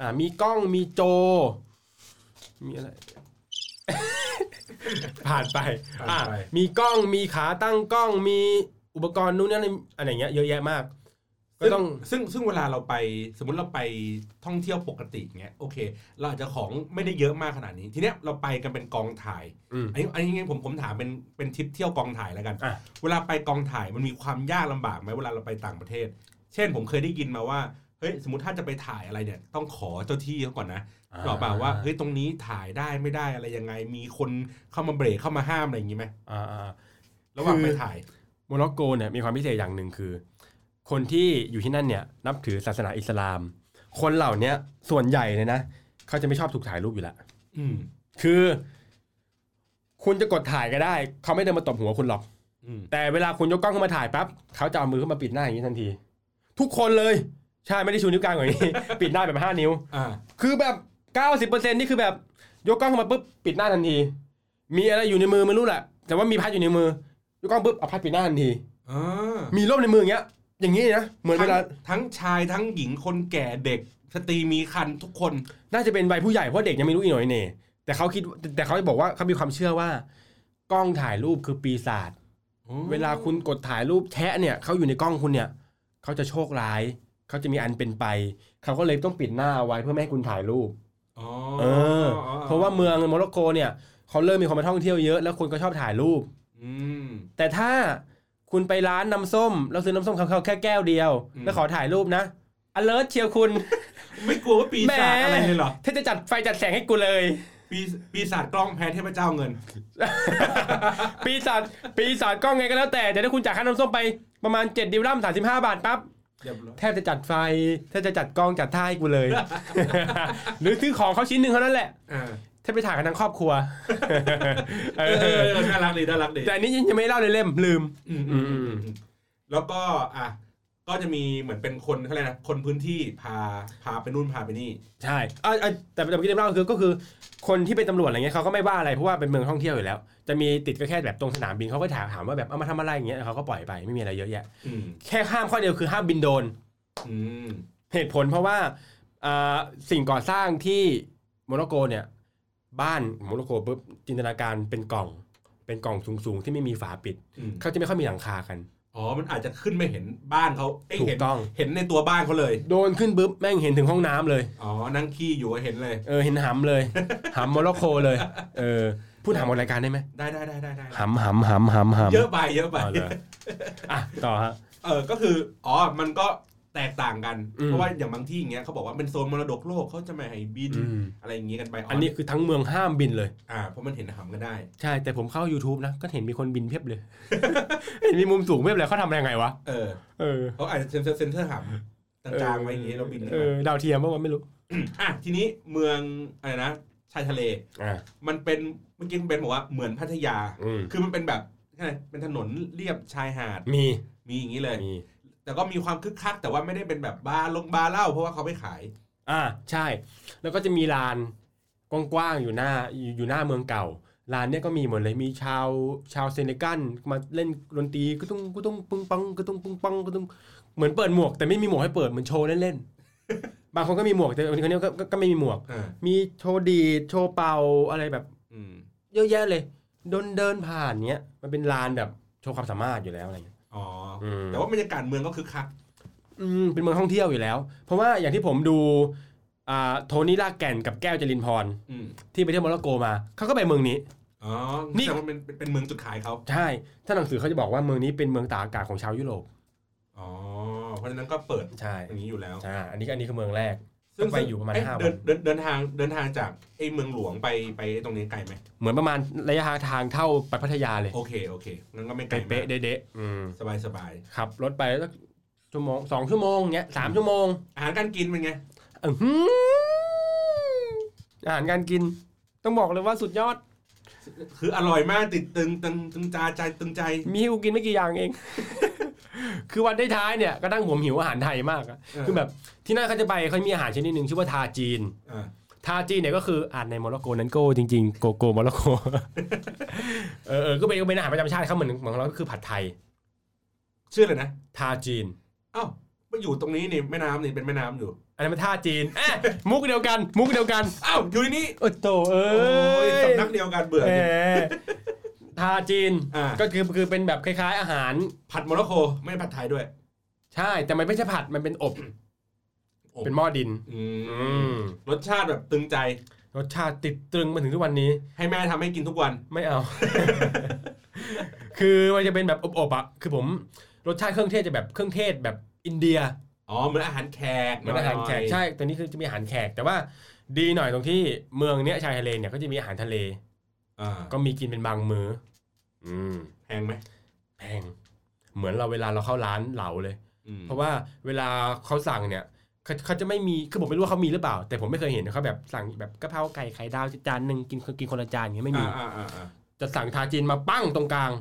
Speaker 3: อ่า มีกล้องมีโจ มีอะไร ผ่านไป อ่ามีกล้องมีขาตั้งกล้องมีอุปกรณ์นู่นนั่นอะไรอย่างเงี้ยเยอะแยะมาก ก็ต้อง
Speaker 2: ซึ่งซึ่งซึ่งเวลาเราไป สมมติเราไปท่องเที่ยวปกติเงี้ย โอเค เราอาจจะของไม่ได้เยอะมากขนาดนี้ ทีเนี้ยเราไปกันเป็นกองถ่าย
Speaker 3: อืม
Speaker 2: อันนี้อันนี้ไงผมผมถามเป็นเป็นทริปเที่ยวกองถ่ายแล้วกัน
Speaker 3: อ่ะ
Speaker 2: เวลาไปกองถ่ายมันมีความยากลำบากไหมเวลาเราไปต่างประเทศ เช่นผมเคยได้ยินมาว่าเฮ้ยสมมติถ้าจะไปถ่ายอะไรเนี่ย ต้องขอเจ้าที่เขาก่อนนะบอกเปล่าว่าเฮ้ยตรงนี้ถ่ายได้ไม่ได้อะไรยังไง มีคนเข้ามาเบรกเข้ามาห้ามอะไรอย่างงี้ไหม
Speaker 3: อ่าอ่า
Speaker 2: ระหว่างไป
Speaker 3: คือ
Speaker 2: ถ่าย
Speaker 3: โมร็อกโกเนี่ยมีความพิเศษอย่างหนึ่งคือ คนที่อยู่ที่นั่นเนี่ยนับถือศาสนาอิสลาม คนเหล่าเนี้ยส่วนใหญ่เลยนะเขาจะไม่ชอบถูกถ่ายรูปอยู่ละ
Speaker 2: อืม
Speaker 3: คือ คุณจะกดถ่ายก็ได้ เขาไม่เดินมาตบหัวคุณหรอก
Speaker 2: อืม
Speaker 3: แต่เวลาคุณยกกล้องเข้ามาถ่ายปั๊บเขาจะเอามือเข้ามาปิดหน้าอย่างนี้ทันที ทุกคนเลยใช่ไม่ได้ชูนิ้วกลางอย่างนี้ ปิดหน้าแบบห้านิ้ว
Speaker 2: อ่า
Speaker 3: คือแบบ 90%นี่คือแบบยกกล้องเข้ามาปุ๊บปิดหน้าทันที มีอะไรอยู่ในมือไม่รู้แหละแต่ว่ามีพัดอยู่ในมือยกกล้องปุ๊บเอาพัดปิดหน้าทันที
Speaker 2: อ่า
Speaker 3: มีร่มในมืออย่างเงี้ย อย่างงี้นะเหมือนเวลา
Speaker 2: ทั้งทั้งชายทั้งหญิงคนแก่เด็กสตรีมีคันทุกคน
Speaker 3: น่าจะเป็นวัยผู้ใหญ่เพราะเด็กยังไม่รู้อีโหน่อยเหน่แต่เขาคิดแต่เขาบอกว่าเขามีความเชื่อว่ากล้องถ่ายรูปคือปีศาจ
Speaker 2: อ๋อ
Speaker 3: เวลาคุณกดถ่ายรูปแทะเนี่ยเขาอยู่ในกล้องคุณเนี่ยเขาจะโชคร้ายเขาจะมีอันเป็นไปเขาก็เลยต้องปิดหน้าไว้เพื่อไม่ให้คุณถ่ายรูป
Speaker 2: อ๋อ
Speaker 3: เออ เพราะว่าเมืองโมร็อกโกเนี่ยเขาเริ่มมีคนมาท่องเที่ยวเยอะแล้วคนก็ชอบถ่ายรูป
Speaker 2: อืม
Speaker 3: แต่ถ้าคุณไปร้านน้ำส้ม เราซื้อน้ำส้มเขาแค่แก้วเดียว
Speaker 2: อืม
Speaker 3: แล้วขอถ่ายรูปนะ alert เชียวคุณ
Speaker 2: ไม่กลัวว่าปีศาจอะไรเลยเหรอ
Speaker 3: ถ้าจะจัดไฟจัดแสงให้กูเลย
Speaker 2: ปีปีศาจกล้องแพ้เทพเจ้าเงิน
Speaker 3: ปีศาจปีศาจกล้องไงก็แล้วแต่แต่ถ้าคุณจ่ายค่าน้ำส้มไปประมาณ 7 ดิวลัม35 บาทปั๊บ
Speaker 2: เรียบร้อย
Speaker 3: แทบจะจัดไฟแทบจะจัดกล้องจัดท่าให้กูเลย หรือซื้อของเขาชิ้นหนึ่งเท่านั้นแหละ
Speaker 2: อ่า
Speaker 3: แทบไปถ่ายกันทั้งครอบครัว เอ
Speaker 2: เอ
Speaker 3: อ
Speaker 2: อน่ารักดีน่ารักดี
Speaker 3: แต่อันนี้ยังไม่เล่าเลยเล่มลืม
Speaker 2: อืมอืมอืมอืมแล้วก็อ่ะก็จะมีเหมือนเป็นคนเขาเรียกนะคนพื้นที่พาพาไปนู่นพาไปนี่
Speaker 3: ใช่เอ่อเอ่อแต่แต่เมื่อกี้ที่เล่าคือก็คือคนที่เป็นตำรวจอะไรเงี้ยเขาก็ไม่ว่าอะไรเพราะว่าเป็นเมืองท่องเที่ยวอยู่แล้ว จะมีติดก็แค่แบบตรงสนามบินเขาก็ถามถามว่าแบบเอามาทำอะไรอย่างเงี้ยเขาก็ปล่อยไปไม่มีอะไรเยอะแยะ
Speaker 2: อืม
Speaker 3: แค่ห้ามข้อเดียวคือห้ามบินโดรน
Speaker 2: อืม
Speaker 3: เหตุผลเพราะว่าอ่าสิ่งก่อสร้างที่โมร็อกโกเนี่ยบ้านโมร็อกโกปุ๊บจินตนาการเป็นกล่อง เป็นกล่องสูงๆ ที่ไม่มีฝาปิด
Speaker 2: อืม
Speaker 3: เขาจะไม่ค่อยมีหลังคากัน
Speaker 2: อ๋อมันอาจจะขึ้นไม่เห็นบ้านเขาเอ้ย
Speaker 3: ถู
Speaker 2: เห็
Speaker 3: ก
Speaker 2: น
Speaker 3: ต้อง
Speaker 2: เห็นในตัวบ้านเขาเลย
Speaker 3: โดนขึ้นปุ๊บแม่งเห็นถึงห้องน้ำเลย
Speaker 2: อ๋อนั่งขี้อยู่ก็เห็นเลย
Speaker 3: เออเห็นหำเลยหำโมร็อกโกเลยเออพูดหำบนรายการได้ไหม
Speaker 2: ได้ได้ได้ได้ได้
Speaker 3: หำหำหำหำหำ
Speaker 2: เยอะไปเยอะไป
Speaker 3: เอาเลยอ่ะต่อฮะ
Speaker 2: เออ ก็คือ อ๋อ มันก็แตกต่างกัน
Speaker 3: อืม
Speaker 2: เพราะว่าอย่างบางที่อย่างเงี้ยเขาบอกว่าเป็นโซนมรดกโลกเขาจะไม่ให้บิน
Speaker 3: อืม
Speaker 2: อะไรอย่างงี้กันไป
Speaker 3: อันนี้คือทั้งเมืองห้ามบินเลย
Speaker 2: อ่า เพราะมันเห็นหำกันได้
Speaker 3: ใช่ แต่ผมเข้า YouTube นะ ก็เห็นมีคนบินเพียบเลย เห็นมีมุมสูงเพียบเลยเขาทำอะไรยังไงวะ
Speaker 2: เออ
Speaker 3: เออ
Speaker 2: เขาอาจจะเซ็นเซอร์เซ็นเซอร์หำต่างๆไว้อย่างงี้แล้วบิน
Speaker 3: เอ
Speaker 2: ขึ้น
Speaker 3: อ
Speaker 2: มา
Speaker 3: ดาวเทียมเมื่อวันไม่รู้
Speaker 2: อ่ะ ทีนี้เมืองอะไรนะ ชายทะเล
Speaker 3: อ่า
Speaker 2: มันเป็น เมื่อกี้คุณเบนบอกว่าเหมือนพัทยา
Speaker 3: อืม
Speaker 2: คือมันเป็นแบบอะไรเป็นถนนเรียบชายหาด
Speaker 3: มี
Speaker 2: มีอย่างนี้เลย
Speaker 3: มี
Speaker 2: แต่ก็มีความคึกคัก แต่ว่าไม่ได้เป็นแบบบาร์ลงบาร์เหล้าเพราะว่าเขาไม่ขาย
Speaker 3: อ่าใช่ แล้วก็จะมีลานกว้างๆอยู่หน้าอยู่อยู่หน้าเมืองเก่าลานเนี้ยก็มีหมดเลยมีชาวชาวเซเนกัลมาเล่นดนตรีก็ต้องก็ต้องปึ้งปังก็ต้องปึ้งปังก็ต้องเหมือนเปิดหมวก แต่ไม่มีหมวกให้เปิดเหมือนโชว์เล่นๆ บางคนก็มีหมวกแต่คนนี้ก็ก็ก็ไม่มีหมวก
Speaker 2: อ่า
Speaker 3: มีโชว์ดีดโชว์เป่าอะไรแบบ
Speaker 2: อืม
Speaker 3: เยอะแยะเลยเดินเดินผ่านเนี้ยมันเป็นลานแบบโชว์ความสามารถอยู่แล้วอะไรเงี้ย
Speaker 2: อ๋อ
Speaker 3: อืม
Speaker 2: แต่ว่าบรรยากาศเมืองก็คึกคัก
Speaker 3: อืมเป็นเมืองท่องเที่ยวอยู่แล้ว เพราะว่าอย่างที่ผมดูอ่าโทนี่ลากแก่นกับแก้วจรินพร
Speaker 2: อืม
Speaker 3: ที่ไปเที่ยวโมร็อกโกมาเขาก็ไปเมืองนี้
Speaker 2: อ๋อ
Speaker 3: นี่
Speaker 2: นี่มันเป็นเป็นเมืองจุดขายเขา
Speaker 3: ใช่ ถ้าหนังสือเขาจะบอกว่าเมืองนี้เป็นเมืองตากอากาศของชาวยุโรป
Speaker 2: อ๋อ เพราะฉะนั้นก็เปิด
Speaker 3: ใช่
Speaker 2: อย่างนี้อยู่แล้ว
Speaker 3: อ่าอันนี้อันนี้คือเมืองแรก
Speaker 2: ซึ่ง
Speaker 3: ก็ไปอยู่ประมาณห้าวัน
Speaker 2: เเดินเดินเดินทางเดินทางจากไอ้เมืองหลวงไปไปตรงนี้ไกลไหม
Speaker 3: เหมือนประมาณระยะทางเท่าไปพัทยาเลย
Speaker 2: โอเคโอเคงั้นก็ไม่ไกล
Speaker 3: เป๊ะๆ
Speaker 2: มาก
Speaker 3: เด๊ะๆอืม
Speaker 2: สบายสบาย
Speaker 3: ขับรถไปสักชั่วโมงสองชั่วโมงเงี้ยสามชั่วโมง
Speaker 2: อาหารการกินเป็นไง
Speaker 3: อื้อหืออาหารการกิน ต้องบอกเลยว่าสุดยอด
Speaker 2: คืออร่อยมากติดตึงตึงตึงใจาใจตึงใจ
Speaker 3: มีให้กูกินไม่กี่อย่างเอง คือวันท้ายๆเนี่ยก็นั่งผมหิวอาหารไทยมากอะคือแบบที่นั่นเขาจะไปเขามีอาหารชนิดหนึ่งชื่อว่าทาจีน
Speaker 2: อ่า
Speaker 3: ทาจีนเนี่ยก็คืออ่านในโมร็อกโกนั้นโกจริงๆโกโกโมร็อกโก เออเออก็เป็นก็เป็นอาหารประจำชาติเขาเหมือนเหมือนของเราก็คือผัดไทย
Speaker 2: ชื่ออะไรนะ
Speaker 3: ทาจีน
Speaker 2: อ้าวมาอยู่ตรงนี้นี่แม่น้ำนี่เป็นแม่น้ำอยู่
Speaker 3: อันนั้นมันท่าจีน อ่ะ มุกเดียวกัน มุกเดียวกัน
Speaker 2: อ้าวอยู่ในนี้
Speaker 3: โอ้โตเอ
Speaker 2: โอ้
Speaker 3: ้
Speaker 2: ย
Speaker 3: ย
Speaker 2: สำนักเดียวกันเบื่อ
Speaker 3: แหม
Speaker 2: ดิ
Speaker 3: ทาจีน
Speaker 2: อ่า
Speaker 3: ก็คือคือเป็นแบบคล้ายๆ อาหาร
Speaker 2: ผัดโมร็อกโกไม่ได้ผัดไทยด้วย
Speaker 3: ใช่ แต่มันไม่ใช่ผัดมันเป็นอบ
Speaker 2: โอ้
Speaker 3: เป็นหม้อดิน
Speaker 2: อื
Speaker 3: อื
Speaker 2: ม
Speaker 3: ม
Speaker 2: รสชาติแบบตึงใจ
Speaker 3: รสชาติติดตรึงมาถึงทุกวันนี้
Speaker 2: ให้แม่ทำให้กินทุกวัน
Speaker 3: ไม่เอา คือมันจะเป็นแบบอบๆอ่ะ คือผมรสชาติเครื่องเทศจะแบบเครื่องเทศแบบอินเดีย
Speaker 2: อ๋อเหมือนอาหารแขก
Speaker 3: เหมันอาหารแขก
Speaker 2: ย
Speaker 3: ใช่ ตัวนี้คือจะมีอาหารแขก แต่ว่าดีหน่อยตรงที่เมืองเนี้ยชายทะเลเนี่ยก็จะมีอาหารทะเล
Speaker 2: อ่า
Speaker 3: ก็มีกินเป็นบางมือ้อ อืม
Speaker 2: แพงไหม
Speaker 3: แพง เหมือนเราเวลาเราเข้าร้านเหลาเลย
Speaker 2: อืม
Speaker 3: เพราะว่าเวลาเขาสั่งเนี่ยเขาเขาจะไม่มี คือผมไม่รู้ว่าเขามีหรือเปล่า แต่ผมไม่เคยเห็นเขาแบบสั่งแบบกะเพราไก่ไข่ดาวจานหนึ่งกินกินคนละจานอย่างเงี้ยไม่มี
Speaker 2: อ่าอ่าอ่า
Speaker 3: จะสั่งทาจีนมาปั้งตรงกลาง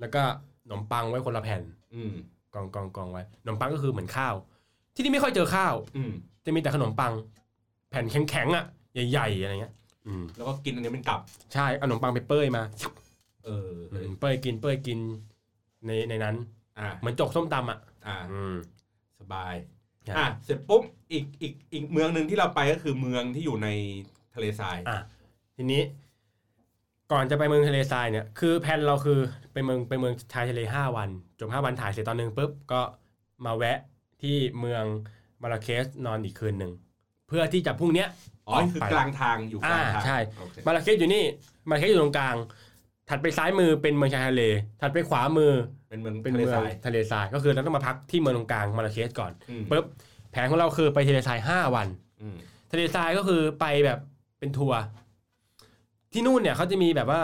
Speaker 3: แล้วก็ขนมปังไว้คนละแผ่น
Speaker 2: อืม
Speaker 3: กองกองกองไว้ขนมปังก็คือเหมือนข้าว ที่นี่ไม่ค่อยเจอข้าว
Speaker 2: อืม
Speaker 3: จะมีแต่ขนมปัง แผ่นแข็งๆอ่ะใหญ่ๆอะไรเงี้ยอืม
Speaker 2: แล้วก็กินอันนี้เป็นกับ
Speaker 3: ใช่เอาขนมปังไปเป้ยมา
Speaker 2: เออ
Speaker 3: อืมเป้ยกินเป้ยกินในในนั้น
Speaker 2: อ่า
Speaker 3: เหมือนจกส้มตำอ่ะ
Speaker 2: อ่า
Speaker 3: อืม
Speaker 2: สบาย
Speaker 3: ใช่
Speaker 2: อ่ะเสร็จปุ๊บอีกอีกอีกเมืองหนึ่งที่เราไปก็คือเมืองที่อยู่ในทะเลทราย
Speaker 3: อ่ะทีนี้ ก่อนจะไปเมืองทะเลทรายเนี่ยคือแผนเราคือไปเมืองไปเมืองชายทะเลห้าวันจบห้าวันถ่ายเสร็จตอนหนึ่งปุ๊บก็มาแวะที่เมืองมาราเคสนอนอีกคืนหนึ่งเพื่อที่จะพรุ่งเนี้ย
Speaker 2: อ๋อคือ
Speaker 3: ไป
Speaker 2: กลางทางอยู่กลางทาง
Speaker 3: อ่าใช่
Speaker 2: โอเค
Speaker 3: มาราเคสอยู่นี่มาราเคสอยู่ตรงกลาง ถัดไปซ้ายมือเป็นเมืองชายทะเล ถัดไปขวามือ
Speaker 2: เป็นเมือง
Speaker 3: เป็น
Speaker 2: ทะเล
Speaker 3: เมือง
Speaker 2: ทราย
Speaker 3: ทะเลทรายก็คือเราต้องมาพักที่เมืองตรงกลางมาราเคสก่อน
Speaker 2: อืม
Speaker 3: ปุ๊บแผนของเราคือไปทะเลทรายห้าวัน
Speaker 2: อืม
Speaker 3: ทะเลทรายก็คือไปแบบเป็นทัวร์ที่นู่นเนี่ยเขาจะมีแบบว่า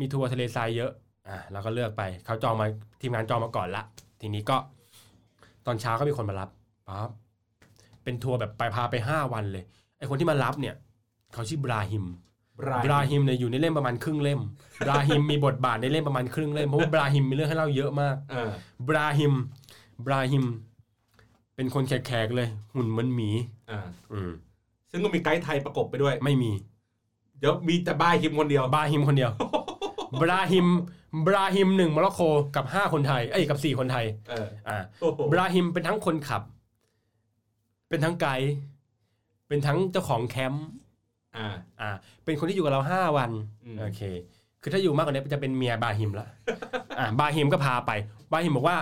Speaker 3: มีทัวร์ทะเลทรายเยอะอ่ะเราก็เลือกไปเขาจองมาทีมงานจองมาก่อนละ ทีนี้ก็ตอนเช้าก็มีคนมารับปั๊บเป็นทัวร์แบบไปพาไปห้าวันเลยไอคนที่มารับเนี่ยเขาชื่อบราฮิม บราฮิมเนี่ยอยู่ในเล่มประมาณครึ่งเล่ม บราฮิมมีบทบาทในเล่มประมาณครึ่งเล่ม เพราะว่าบราฮิมมีเรื่องให้เล่าเยอะมาก
Speaker 2: เออบ
Speaker 3: ราฮิม บราฮิม เป็นคนแขกๆเลย หุ่นเหมือนหมี
Speaker 2: อ่า
Speaker 3: อืม
Speaker 2: ซึ่งก็มีไกด์ไทยประกบไปด้วย
Speaker 3: ไม่มี
Speaker 2: เดี๋ยวมีแต่บ้ายคิมคนเดียว
Speaker 3: บราฮิมคนเดียว บราฮิม บราฮิมหนึ่งโมร็อกโกกับห้าคนไทย เอ้ยกับสี่คนไทย
Speaker 2: เออ
Speaker 3: อ่า
Speaker 2: โอ้โห
Speaker 3: บราฮิมเป็นทั้งคนขับ เป็นทั้งไกด์ เป็นทั้งเจ้าของแคมป์
Speaker 2: อ่า
Speaker 3: อ่า เป็นคนที่อยู่กับเราห้าวัน
Speaker 2: อืม
Speaker 3: โอเค คือถ้าอยู่มากกว่านี้จะเป็นเมียบาฮิมละ อ่า บาฮิมก็พาไป บาฮิมบอกว่า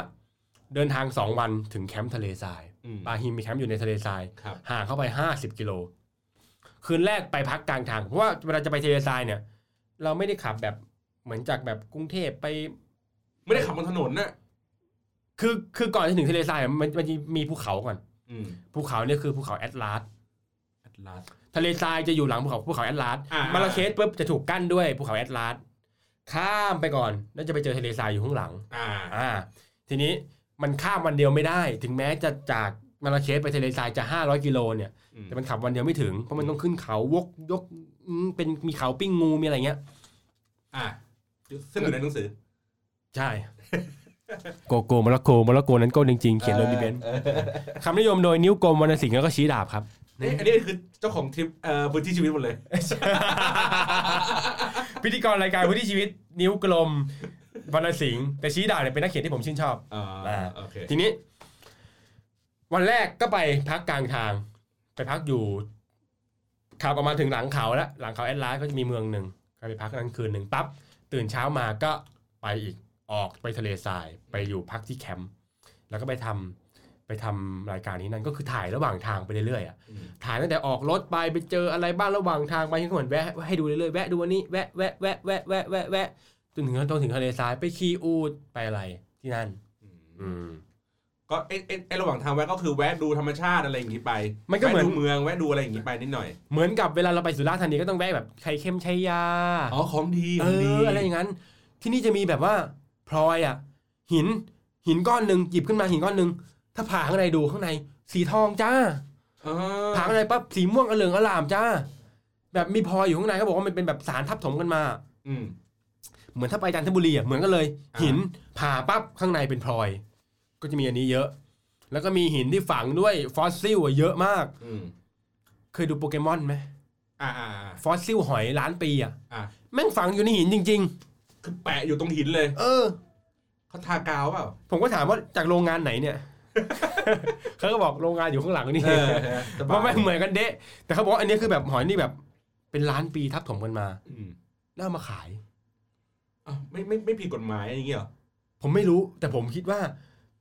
Speaker 3: เดินทางสองวันถึงแคมป์ทะเลทราย
Speaker 2: อืม
Speaker 3: บาฮิมมีแคมป์อยู่ในทะเลทราย
Speaker 2: ครับ
Speaker 3: ห่างเข้าไปห้าสิบกิโล คืนแรกไปพักกลางทาง เพราะว่าเวลาจะไปทะเลทรายเนี่ย เราไม่ได้ขับแบบเหมือนจากแบบกรุงเทพไป
Speaker 2: ไม่ได้ขับบนถนนน่ะ
Speaker 3: คือ คือก่อนจะถึงทะเลทรายอะมันมันจะมีภูเขาก่อน
Speaker 2: อืม
Speaker 3: ภูเขาเนี่ยคือภูเขาแอตลาส
Speaker 2: แอตลาส
Speaker 3: ทะเลทรายจะอยู่หลังภูเขาภูเขาแอตลาส
Speaker 2: อ่าม
Speaker 3: มาราเคสปุ๊บจะถูกกั้นด้วยภูเขาแอตลาส ข้ามไปก่อน แล้วจะไปเจอทะเลทรายอยู่ข้างหลัง
Speaker 2: อ่า
Speaker 3: อ่า ทีนี้มันข้ามวันเดียวไม่ได้ ถึงแม้จะจากมาราเคสไปทะเลทรายจะ 500 กิโลเนี่ย
Speaker 2: อืม
Speaker 3: แต่มันขับวันเดียวไม่ถึง เพราะมันต้องขึ้นเขาวกยกอืมเป็นมีเขาปิ้งงูมีอะไรเงี้ย
Speaker 2: อ่าซึ่งอยู่ในหนังสือ
Speaker 3: ใช่ โกโก้มาราโกมาราโกนั้นโก้จริงๆ เขียนโดยมีเบน
Speaker 2: ออ
Speaker 3: คำนิยมโดยนิ้วกลมวรรณสิงห์แล้วก็ชี้ดาบครับ
Speaker 2: เอยอันนี้คือเจ้าของทริปเอ่อพื้นที่ชีวิตหมดเลย
Speaker 3: พิธีกรรายการวุฒิชีวิตนิ้วกลมวรรณสิงห์แต่ชี้ดาบเนี่ยเป็นนักเขียนที่ผมชื่นชอบ
Speaker 2: อ่
Speaker 3: อ่า
Speaker 2: าโอเค
Speaker 3: ทีนี้ วันแรกก็ไปพักกลางทาง ไปพักอยู่ขับออกมาถึงหลังเขาแล้ว หลังเขาแอดลาสก็จะมีเมืองหนึ่งก็ไปพักนั้นคืนหนึ่งปั๊บตื่นเช้ามาก็ไปอีกออกไปทะเลทรายไปอยู่พักที่แคมป์แล้วก็ไปทำไปทำรายการนี้นั่นก็คือถ่ายระหว่างทางไปเรื่อยๆอะ
Speaker 2: อืม
Speaker 3: ถ่ายตั้งแต่ออกรถไปไปเจออะไรบ้างระหว่างทางไปที่ขวนแวะให้ดูเรื่อยๆแวะดูวันนี้แวะแวะแวะแวะแวะแวะแวะจนถึงตรงถึงทะเลทรายไปคีอูดไปอะไรที่นั่น
Speaker 2: อืมก็เอ้เอ้เอ้ระหว่างทางแวะก็คือแวะดูธรรมชาติอะไรอย่างนี้ไป
Speaker 3: มันก็เหมือน
Speaker 2: แวะดูเมืองแวะดูอะไรอย่างนี้ไปนิดหน่อย
Speaker 3: เหมือนกับเวลาเราไปสุราษฎร์ธานีก็ต้องแวะแบบไข่เค็มชัยยา
Speaker 2: อ๋อของดี
Speaker 3: เอ
Speaker 2: ของดี
Speaker 3: ออะไรอย่างนั้น ที่นี่จะมีแบบว่าพลอยอ่ะ หินหินก้อนหนึ่งหยิบขึ้นมาหินก้อนหนึ่งถ้าผ่าข้างในดูข้างใน สีทองจ้า
Speaker 2: อ่
Speaker 3: ผา
Speaker 2: า
Speaker 3: ข้างในปั๊บสีม่วงอเหลืองอลามจ้า แบบมีพลอยอยู่ข้างในเขาบอกว่ามันเป็นแบบสารทับถมกันมา
Speaker 2: อืม
Speaker 3: เหมือนถ้าไปจันทบุรีอ่ะเหมือนกันเลย
Speaker 2: อ่า
Speaker 3: หินผ่าปั๊บข้างในเป็นพลอย ก็จะมีอันนี้เยอะ แล้วก็มีหินที่ฝังด้วยฟอสซิลอะเยอะมาก
Speaker 2: อืม
Speaker 3: เคยดูโปเกมอนไหม
Speaker 2: อ่าอ่า
Speaker 3: ฟอสซิลหอยล้านปีอ่ะ
Speaker 2: อ่า
Speaker 3: แม่งฝังอยู่ในหินจริง
Speaker 2: คือแปะอยู่ตรงหินเลย
Speaker 3: ๆ เออ
Speaker 2: เขาทากาวเปล่า
Speaker 3: ผมก็ถามว่าจากโรงงานไหนเนี่ย เขาก็บอกโรงงานอยู่ข้างหลังนี่
Speaker 2: เออสบาย
Speaker 3: ว่าไม่งเหมือนกันเดะแต่เขาบอกว่าอันนี้คือแบบหอยนี่แบบ เป็นล้านปีทับถมกันมา
Speaker 2: อืม
Speaker 3: แล้วเอามาขาย
Speaker 2: อ้าวไม่ไม่ไม่ผิดกฎหมายอย่างเงี้ยเหรอ
Speaker 3: ผมไม่รู้แต่ผมคิดว่า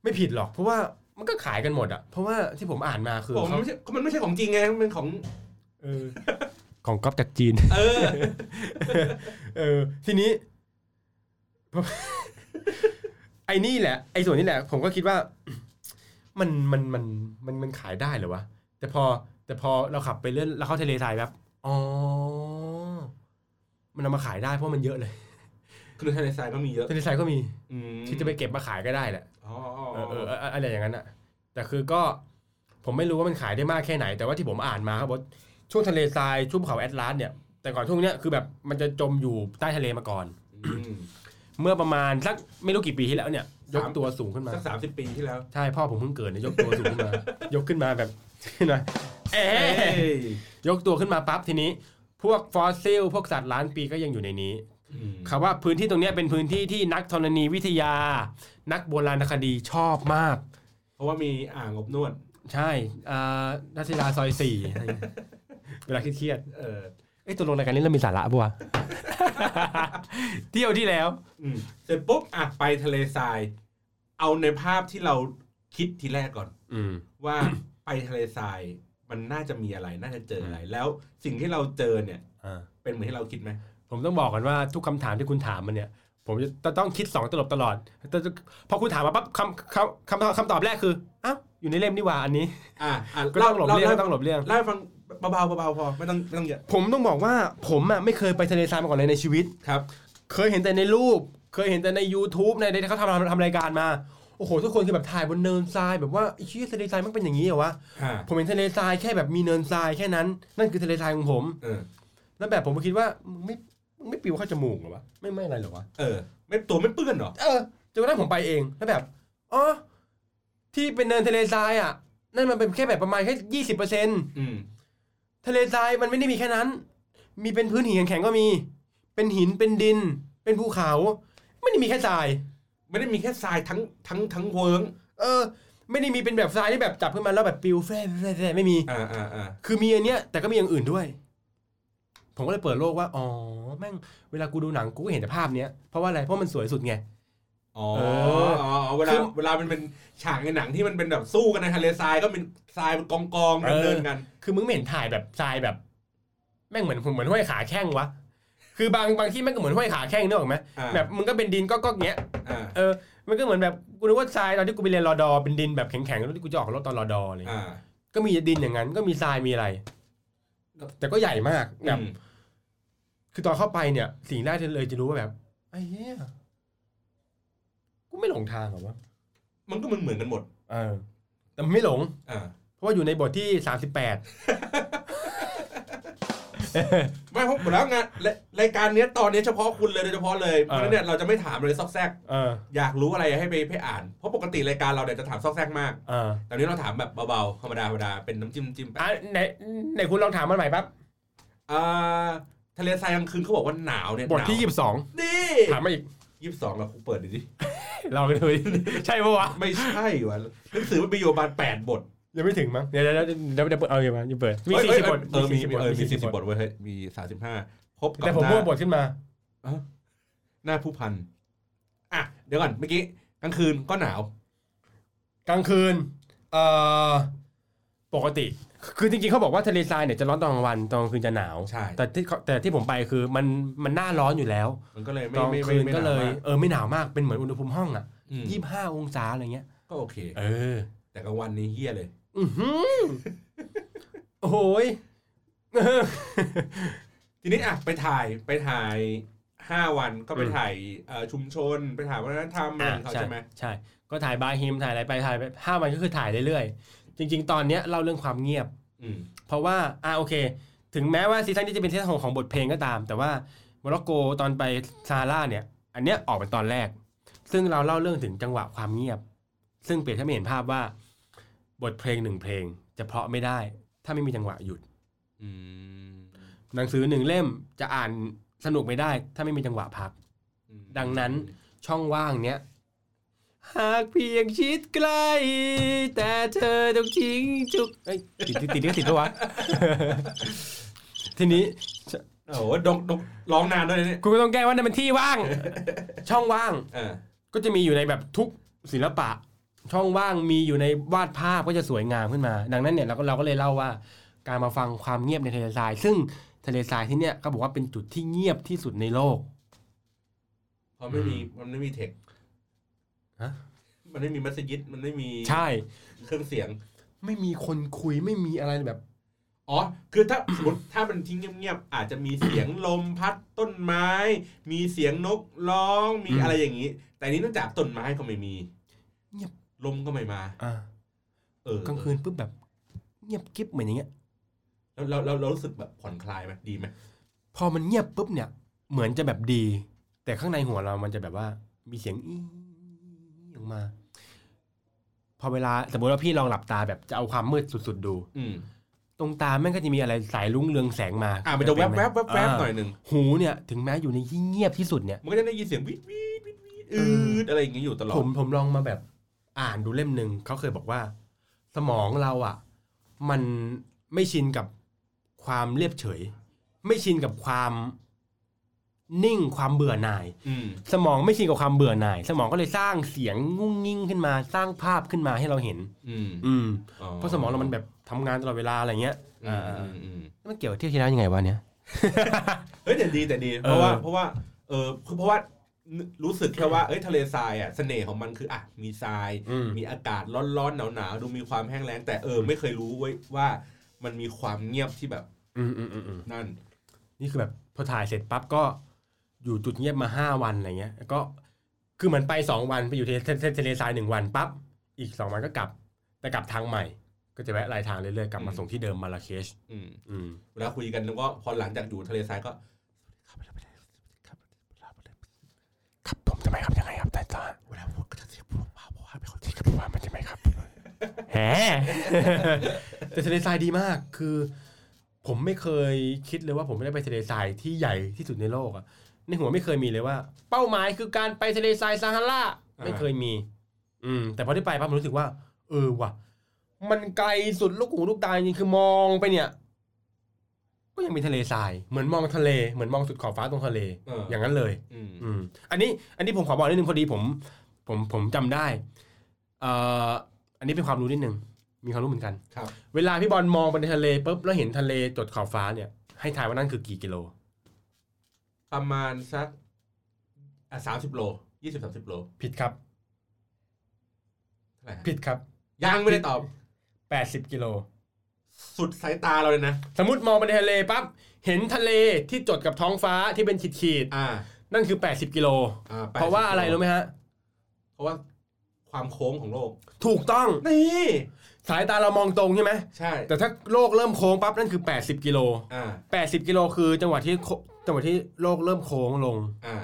Speaker 3: ไม่ผิดหรอก เพราะว่ามันก็ขายกันหมดอ่ะเพราะว่าที่ผมอ่านมาคือ
Speaker 2: ผมมัน
Speaker 3: เขา
Speaker 2: ไม่ใช่มันไม่ใช่ของจริงไงมันเป็นของ
Speaker 3: ของก๊อปจากจีน
Speaker 2: เอ อ
Speaker 3: เออ ทีนี้ ไอ้นี่แหละ ไอ้ส่วนนี้แหละ ผมก็คิดว่า มันมันมันมันมันขายได้เหรอวะ แต่พอ แต่พอเราขับไปเรื่อยเราเข้าทะเลทรายแบบอ๋อ มันเอามาขายได้เพราะมันเยอะเลย
Speaker 2: คือทะเลทรายก็มีเยอะ
Speaker 3: ทะเลทรายก็มี
Speaker 2: อืม
Speaker 3: ที่จะไปเก็บมาขายก็ได้แหละ
Speaker 2: อ๋อ
Speaker 3: เออเออเออเอออะไรอย่างนั้นอะแต่คือก็ผมไม่รู้ว่ามันขายได้มากแค่ไหน แต่ว่าที่ผมอ่านมาครับบอสช่วงทะเลทรายช่วงภูเขาแอตลาสเนี่ย แต่ก่อนช่วงเนี้ยคือแบบมันจะจมอยู่ใต้ทะเลมาก่อน
Speaker 2: อืม
Speaker 3: เมื่อประมาณสักไม่รู้กี่ปีที่แล้วเนี่ย ยก
Speaker 2: สาม
Speaker 3: ตัวสูงขึ้นมา
Speaker 2: สักสามสิบปีที่แล้ว
Speaker 3: ใช่พ่อผมเพิ่งเกิดเนี่ยยกตัวสูงขึ้นมา ยกขึ้นมาแบบ ขึ้นมาเอ๊
Speaker 2: เอ้
Speaker 3: ะ
Speaker 2: ย
Speaker 3: ยกตัวขึ้นมาปั๊บทีนี้ พวกฟอสซิลพวกสัตว์ล้านปีก็ยังอยู่ในนี้
Speaker 2: อืม
Speaker 3: คำว่าพื้นที่ตรงเนี้ยเป็นพื้นที่ที่นักธรณีวิทยา นักโบราณคดีชอบมาก
Speaker 2: เพราะว่ามีอ่างอบนวด
Speaker 3: ใช่อ่านักศิลาซอยสี่ อะไรเงี้ยเวลาเครียด
Speaker 2: เออ
Speaker 3: ๆเอ้ยตกลงรายการนี้เรามีสาระปะวะ เที่ยวที่แล้ว
Speaker 2: อืมเสร็จปุ๊บอ่ะไปทะเลทราย เอาในภาพที่เราคิดทีแรกก่อน
Speaker 3: อืม
Speaker 2: ว่า ไปทะเลทรายมันน่าจะมีอะไรน่าจะเจออะไร แล้วสิ่งที่เราเจอเนี่ย
Speaker 3: อ่า
Speaker 2: เป็นเหมือนที่เราคิดไหม
Speaker 3: ผมต้องบอกก่อนว่าทุกคำถามที่คุณถามมันเนี่ย ผมจะต้องคิดสองตลบตลอดแต่พอคุณถามมาปั๊บคำคำคำตอบคำตอบแรกคืออ้าว อยู่ในเล่มนี่หว่าอันนี้
Speaker 2: อ่ะอ่ะ
Speaker 3: ก็ต้องหลบเลี่ยงก็
Speaker 2: าา
Speaker 3: ต้องหลบเลี่ยง
Speaker 2: เล่าให้ฟังเบาๆเบาๆพอไม่ต้องไม่ต้องเยอะ
Speaker 3: ผมต้องบอกว่าผมอ่ะไม่เคยไปทะเลทรายมาก่อนเลยในชีวิต
Speaker 2: ครับ
Speaker 3: เคยเห็นแต่ในรูป เคยเห็นแต่ใน YouTube ในที่เขาทำทำทำรายการมา โอ้โห ทุกคนคือแบบถ่ายบนเนินทรายแบบว่าไอ้เชี้ยทะเลทรายมันเป็นอย่างนี้เหรอวะ
Speaker 2: อ่า
Speaker 3: ผมเห็นทะเลทรายแค่แบบมีเนินทรายแค่นั้น นั่นคือทะเลทรายของผม
Speaker 2: เออ
Speaker 3: แล้วแบบผมก็คิดว่ามึงไม่มึงไม่ปิวเข้าจมูกเหรอวะ ไม่ไม่อะไรเหรอวะ
Speaker 2: เออ ไม่ตัวไม่เปื้อนเหรอ
Speaker 3: เออจนกระทั่งผมไปเอง แล้วแบบ อ๋อ ที่เป็นเนินทะเลทรายอ่ะ นั่นมันเป็นแค่แบบประมาณแค่ยี่สิบเปอร์เซ็นต์
Speaker 2: อืม
Speaker 3: ทะเลทรายมันไม่ได้มีแค่นั้น มีเป็นพื้นหินแข็งๆก็มี เป็นหิน เป็นดิน เป็นภูเขา ไม่ได้มีแค่ทราย
Speaker 2: ไม่ได้มีแค่ทรายทั้งทั้งทั้งเวิร์ง
Speaker 3: เออ ไม่ได้มีเป็นแบบทรายที่แบบจับขึ้นมาแล้วแบบปลิวแฟร่แฟร่แฟร่ไม่มี
Speaker 2: อ่าอ่าอ่า
Speaker 3: คือมีอันเนี้ย แต่ก็มีอย่างอื่นด้วย ผมก็เลยเปิดโลกว่า อ๋อ แม่ง เวลากูดูหนังกูก็เห็นแต่ภาพเนี้ย เพราะว่าอะไร เพราะมันสวยสุดไง
Speaker 2: อ๋อ
Speaker 3: เออ
Speaker 2: อ๋ออ๋อเวลา
Speaker 3: คือ
Speaker 2: เวลามันเป็นฉากในหนังที่มันเป็นแบบสู้กันในทะเลทรายก็เป็นทรายเป็นกองกองๆ
Speaker 3: เออ
Speaker 2: เดินๆกัน
Speaker 3: คือมึงไม่เห็นถ่ายแบบทรายแบบ แม่งเหมือนเหมือนห้อยขาแข้งวะ คือบางบางที่แม่งก็เหมือนห้อยขาแข้งนึกออกไหม
Speaker 2: อ่า
Speaker 3: แบบมึงก็เป็นดินก็ก็เงี้ย
Speaker 2: อ่า
Speaker 3: เออ มันก็เหมือนแบบกูนึกว่าทรายตอนที่กูไปเรียนรอดอเป็นดินแบบแข็งๆแล้วที่กูจะออกรถตอนรอดออะไรเลย
Speaker 2: อ่า
Speaker 3: ก็มีดินอย่างนั้นก็มีทรายมีอะไร แต่ก็ใหญ่มากแบบ
Speaker 2: อืม
Speaker 3: คือตอนเข้าไปเนี่ย สิ่งแรกที่เลยจะรู้ว่าแบบไอ้เหี้ยกูไม่หลงทางเหรอวะ
Speaker 2: มันก็เหมือนเหมือนกันหมด
Speaker 3: เออ แต่มันไม่หลง
Speaker 2: อ่า
Speaker 3: เพราะว่าอยู่ในบทที่สามสิบแปด
Speaker 2: ไม่เพราะหมดแล้วไงานรายการเนี้ยตอนเนี้ยเฉพาะคุณเลยโดยเฉพาะเลยเพราะฉะนั้นเนี่ยเราจะไม่ถามเลยซอกแซก
Speaker 3: เออ
Speaker 2: อยากรู้อะไรให้ไปไปอ่าน เพราะปกติรายการเราเนี่ยจะถามซอกแซกมาก
Speaker 3: เออ
Speaker 2: แต่วันนี้เราถามแบบเบาๆ ธรรมดาธรรมดา เป็นน้ำจิ้มน้ำจิ้มไป
Speaker 3: อ่ะไหนไหนคุณลองถามมันใหม่ปั๊บ
Speaker 2: อ่าทะเลทรายกลางคืนเขาบอกว่าหนาวเนี่ย
Speaker 3: บทที่
Speaker 2: หนาว
Speaker 3: ยี่สิบสอง
Speaker 2: ดี
Speaker 3: ถามมาอีก
Speaker 2: ยี่สิบสองเราครูเปิดดูดิ
Speaker 3: ลองดูดิใช่ปะวะ
Speaker 2: ไม่ใช่วะหนังสือมันมีโยบานแปดบท
Speaker 3: ยังไม่ถึงมั้งเดี๋ยวเดี๋ยวเดี๋ยวเดี๋ยวเดี๋ยวเปิดเอาอยู่มาอยู่เปิดมี
Speaker 2: เอ้ย
Speaker 3: สี่สิบ
Speaker 2: เอ้ย
Speaker 3: บท
Speaker 2: เออมี
Speaker 3: 40
Speaker 2: เออมีสี่สิบบบ
Speaker 3: ท
Speaker 2: ทเว้ยเฮ้ยมีสามสิบห้าครบกับ
Speaker 3: แต่ผม
Speaker 2: หน้า
Speaker 3: มั่วบทขึ้นมา
Speaker 2: หน้าผู้พันอ่ะเดี๋ยวก่อนเมื่อกี้กลางคืนก็หนาว
Speaker 3: กลางคืนเอ่อปกติ คือจริงๆเขาบอกว่าทะเลทรายเนี่ยจะร้อนตอนกลางวันตอนกลางคืนจะหนาว
Speaker 2: ใช่
Speaker 3: แต่ที่เขาแต่ที่ผมไปคือมันมันหน้าร้อนอยู่แล้ว
Speaker 2: มันก็เลยไม่
Speaker 3: ตอนก
Speaker 2: ไม่
Speaker 3: ลาง
Speaker 2: ไม่
Speaker 3: คืน
Speaker 2: ไม่
Speaker 3: ก็
Speaker 2: ห
Speaker 3: เล
Speaker 2: นาวมาย ก
Speaker 3: เออไม่หนาวมากเป็นเหมือนอุณหภูมิห้องอ่ะ
Speaker 2: อืม
Speaker 3: ยี่สิบห้าองศาอะไรเงี้ย
Speaker 2: ก็โอเค
Speaker 3: เออ
Speaker 2: แต่กลางวันนี้เฮี้ยเลย
Speaker 3: อือหือโอ้โหยเออ
Speaker 2: ทีนี้อ่ะไปถ่ายไปถ่ายห้าวันก็ไป
Speaker 3: อืม
Speaker 2: ถ่ายเอ่อชุมชนไปถ่ายวัฒนธรรมอะไรของเขา
Speaker 3: ใช่
Speaker 2: ใช่ไหม
Speaker 3: ใช่ ก็ถ่ายบาร์ฮิมถ่ายอะไรไปถ่ายไปห้าวันก็คือถ่ายเรื่อยๆจริง ๆ ตอนเนี้ยเล่าเรื่องความเงียบ
Speaker 2: อืม
Speaker 3: เพราะว่า อ่าโอเค ถึงแม้ว่าซีซั่นนี้จะเป็นซีซั่นของของบทเพลงก็ตาม แต่ว่าโมร็อกโกตอนไปซาร่าเนี่ย อันเนี้ยออกเป็นตอนแรก ซึ่งเราเล่าเรื่องถึงจังหวะความเงียบ ซึ่งเปรียบให้ไม่เห็นภาพว่า บทเพลงหนึ่งเพลงจะเพราะไม่ได้ ถ้าไม่มีจังหวะหยุด
Speaker 2: อืม
Speaker 3: หนังสือหนึ่งเล่มจะอ่านสนุกไม่ได้ ถ้าไม่มีจังหวะพัก ดังนั้น ช่องว่างเนี้ยหากเพียงชิดใกล้ แต่เธอต้องทิ้งจุกเอ้ยติดติดติดก็ติดปะ วะ ทีนี้
Speaker 2: โอ้โหดงดงร้องนานด้วยนะเนี่ย
Speaker 3: คุณก็ต้องแก้ว่านั่นเป็นที่ว่าง ช่องว่าง
Speaker 2: เออ
Speaker 3: ก็จะมีอยู่ในแบบทุกศิลปะ ช่องว่างมีอยู่ในวาดภาพก็จะสวยงามขึ้นมา ดังนั้นเนี่ยเราก็เราก็เลยเล่าว่า การมาฟังความเงียบในทะเลทราย ซึ่งทะเลทรายที่เนี่ยก็บอกว่าเป็นจุดที่เงียบที่สุดในโลก
Speaker 2: เพราะไม่มีมันไม่มีเทค
Speaker 3: ฮะ
Speaker 2: มันไม่มีมัสยิดมันไม่มี
Speaker 3: ใช่
Speaker 2: เครื่องเสียง
Speaker 3: ไม่มีคนคุยไม่มีอะไรแบบ
Speaker 2: อ๋อ คือถ้า สมมติถ้ามันทิ้งเงียบๆอาจจะมีเสียงลมพัดต้นไม้ มีเสียงนกร้องมี
Speaker 3: อืม
Speaker 2: อะไรอย่างนี้ แต่อันนี้เนื่องจากต้นไม้ก็ไม่มี
Speaker 3: เงียบ
Speaker 2: ลมก็ไม่มา
Speaker 3: อ่า
Speaker 2: เออก
Speaker 3: ลางคืนปุ๊บแบบ เงียบกิ๊บเหมือนอย่างเงี้ย
Speaker 2: แล้วเราเราเรารู้สึกแบบผ่อนคลายไหมดีไหม
Speaker 3: พอมันเงียบปุ๊บเนี่ย เหมือนจะแบบดี แต่ข้างในหัวเรามันจะแบบว่ามีเสียงอีออกมา พอเวลาสมมติว่าพี่ลองหลับตาแบบจะเอาความมืดสุดๆดู
Speaker 2: อืม
Speaker 3: ตรงตาแม่งก็จะมีอะไรสายลุ้งเรืองแสงมา
Speaker 2: อ่ามันจะแวบๆแวบๆแวบๆหน่อย
Speaker 3: า
Speaker 2: หนึ่ง
Speaker 3: หูเนี่ย ถึงแม้อยู่ในที่เงียบที่สุดเนี่ย
Speaker 2: มันก็จะได้ยินเสียงวิดวิดวิดวิดอืดอะไรอย่างเงี้ยอยู่ตลอด
Speaker 3: ผมผมลองมาแบบอ่านดูเล่มหนึ่งเขาเคยบอกว่า สมองเราอ่ะ มันไม่ชินกับความเรียบเฉย ไม่ชินกับความนิ่งความเบื่อหน่าย
Speaker 2: อืม
Speaker 3: สมองไม่ชินกับความเบื่อหน่าย สมองก็เลยสร้างเสียงงุ้งงิ้งขึ้นมา สร้างภาพขึ้นมาให้เราเห็น
Speaker 2: อืม
Speaker 3: อืมเพราะสมองเรามันแบบทำงานตลอดเวลาอะไรเงี้ย
Speaker 2: อ่าอืมอืม
Speaker 3: แล้วมันเกี่ยวกับเที่ยวที่แล้วยังไงวะเนี่ย
Speaker 2: เฮ้ยแต่ดีแต่ดี เพราะว่าเพราะว่าเออคือเพราะว่า รู้สึกแค่ว่าเอ้ยทะเลทรายอ่ะเสน่ห์ของมันคืออ่ะมีทราย
Speaker 3: อืม
Speaker 2: มีอากาศร้อนๆหนาวๆดูมีความแห้งแล้ง แต่เออไม่เคยรู้ไว้ยว่า มันมีความเงียบที่แบบ
Speaker 3: อืมอืมอืมอืม
Speaker 2: นั่น
Speaker 3: นี่คือแบบพอถ่ายเสร็จปั๊บก็อยู่จุดเงียบมาห้าวันอะไรเงี้ยแล้วก็คือเหมือนไปสองวันไปอยู่ทะเลทะเลทะเลทรายหนึ่งวันปั๊บอีกสองวันก็กลับ แต่กลับทางใหม่ ก็จะแวะรายทางเรื่อยๆกลับมา
Speaker 2: อืม
Speaker 3: ส่งที่เดิมมาราเคช
Speaker 2: อืม
Speaker 3: อืม
Speaker 2: เวลาคุยกันแล้วก็พอหลังจากอยู่ทะเลทรายก็
Speaker 3: ครับผมทำไมครับยังไงครับแต่ตา
Speaker 2: เวลาพูดก็จะเสียงพูดเบาเพราะว่าเป็นคนที่
Speaker 3: จะพูดว่ามันจะไหมครับ แหมแต่ทะเลทรายดีมากคือ ผมไม่เคยคิดเลยว่าผมไม่ได้ไปทะเลทรายที่ใหญ่ที่สุดในโลกอะในหัวไม่เคยมีเลยว่า เป้าหมายคือการไปทะเลทรายซาฮาราไม่เคยมี อืม แต่พอได้ไปปั๊บผมรู้สึกว่า เออว่ะ มันไกลสุดลูกหูลูกตาจริงๆคือมองไปเนี่ย ก็ยังมีทะเลทราย เหมือนมองทะเลเหมือนมองสุดขอบฟ้าตรงทะเล
Speaker 2: เออ
Speaker 3: อย่างนั้นเลย
Speaker 2: อืม
Speaker 3: อืมอันนี้อันนี้ผมขอบอกนิดนึงพอดีผม ผมผมจำได้เอ่ออันนี้เป็นความรู้นิดนึงมีความรู้เหมือนกัน
Speaker 2: ครับ
Speaker 3: เวลาพี่บอลมองไปในทะเลปุ๊บแล้วเห็นทะเลจดขอบฟ้าเนี่ยให้ทายว่านั่นคือกี่กิโล
Speaker 2: ประมาณสักอ่ะสามสิบโลยี่สิบสามสิบโล
Speaker 3: ผิดครับ
Speaker 2: เท่าไหร่ฮะ
Speaker 3: ผิดครับ
Speaker 2: ยังไม่ได้ตอบ
Speaker 3: แปดสิบกิโล
Speaker 2: สุดสายตาเราเลยนะ
Speaker 3: สมมติมองไปในทะเลปั๊บเห็นทะเลที่จดกับท้องฟ้าที่เป็นขีดขีด
Speaker 2: อ่า
Speaker 3: ๆนั่นคือ 80 กิโล
Speaker 2: อ่า80
Speaker 3: เพราะว่าอะไรรู้ไหมฮะ
Speaker 2: เพราะว่าความโค้งของโลก
Speaker 3: ถูกต้อง
Speaker 2: นี่
Speaker 3: สายตาเรามองตรงใช่ไหม
Speaker 2: ใช่
Speaker 3: แต่ถ้าโลกเริ่มโค้งปั๊บนั่นคือ 80 กิโล
Speaker 2: อ่า
Speaker 3: 80 กิโลคือจังหวะที่โคจังหวะที่โลกเริ่มโค้งลง
Speaker 2: อ่า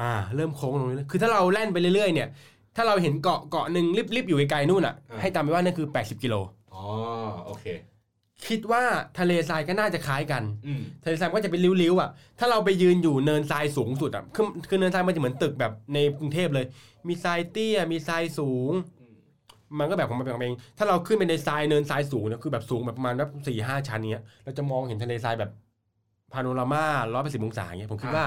Speaker 3: อ่า เริ่มโค้งลงเรื่อยๆคือถ้าเราแล่นไปเรื่อยๆเนี่ย ถ้าเราเห็นเกาะเกาะหนึ่งริบๆอยู่ไกลๆนู่นอ่ะ
Speaker 2: อ่า
Speaker 3: ให้จำไว้ว่านั่นคือ 80 กิโล
Speaker 2: อ๋อโอเค
Speaker 3: คิดว่าทะเลทรายก็น่าจะคล้ายกัน
Speaker 2: อืม
Speaker 3: ทะเลทรายมันก็จะเป็นริ้วๆอ่ะ ถ้าเราไปยืนอยู่เนินทรายสูงสุดอ่ะ คือคือเนินทรายมันจะเหมือนตึกแบบในกรุงเทพเลย มีทรายเตี้ย มีทรายสูง
Speaker 2: อืม
Speaker 3: มันก็แบบของมันเป็นของมันเอง ถ้าเราขึ้นไปในทรายเนินทรายสูงเนี่ย คือแบบสูงแบบประมาณแบบสี่ห้าชั้นเนี้ย เราจะมองเห็นทะเลทรายแบบพาโนรามาร้อยแปดสิบองศาเงี้ย ผมคิดว่า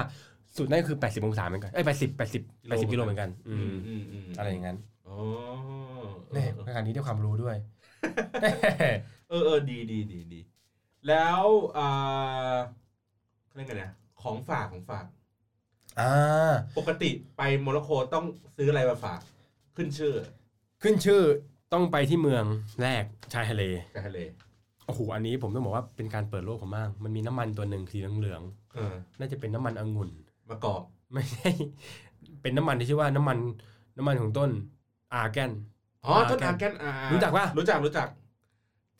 Speaker 3: สุดนั่นคือแปดสิบองศาเหมือนกัน เอ้ยแปดสิบแปดสิบแปดสิบกิโลเหมือนกัน อื
Speaker 2: อื
Speaker 3: ม
Speaker 2: มอืมอืม
Speaker 3: อะไรอย่างนั้น
Speaker 2: อ๋อเอ
Speaker 3: นี่
Speaker 2: อ
Speaker 3: รายการนี้ได้ความรู้ด้วย
Speaker 2: เออเออดีดีดีดี แล้วอ่าเขาเรียกไงนะของฝากของฝาก
Speaker 3: อ่า
Speaker 2: ปกติไปโมร็อกโกต้องซื้ออะไรมาฝาก ขึ้นชื่อ
Speaker 3: ขึ้นชื่อต้องไปที่เมืองแรกชายทะเล
Speaker 2: จากทะเล
Speaker 3: โอ้โห อันนี้ผมต้องบอกว่าเป็นการเปิดโลกผมมาก มันมีน้ำมันตัวหนึ่งสีเหลือง
Speaker 2: เออ
Speaker 3: ๆ น่าจะเป็นน้ำมันองุ่น
Speaker 2: มะกอก
Speaker 3: ไม่ใช่ เป็นน้ำมันที่ชื่อว่าน้ำมันน้ำมันของต้นอาแกน
Speaker 2: อ๋อต้นอา
Speaker 3: อา
Speaker 2: ร์
Speaker 3: ร์
Speaker 2: แก
Speaker 3: แก
Speaker 2: น
Speaker 3: น
Speaker 2: อา
Speaker 3: รู้
Speaker 2: รู้
Speaker 3: จักปะ
Speaker 2: รู้จักรู้จัก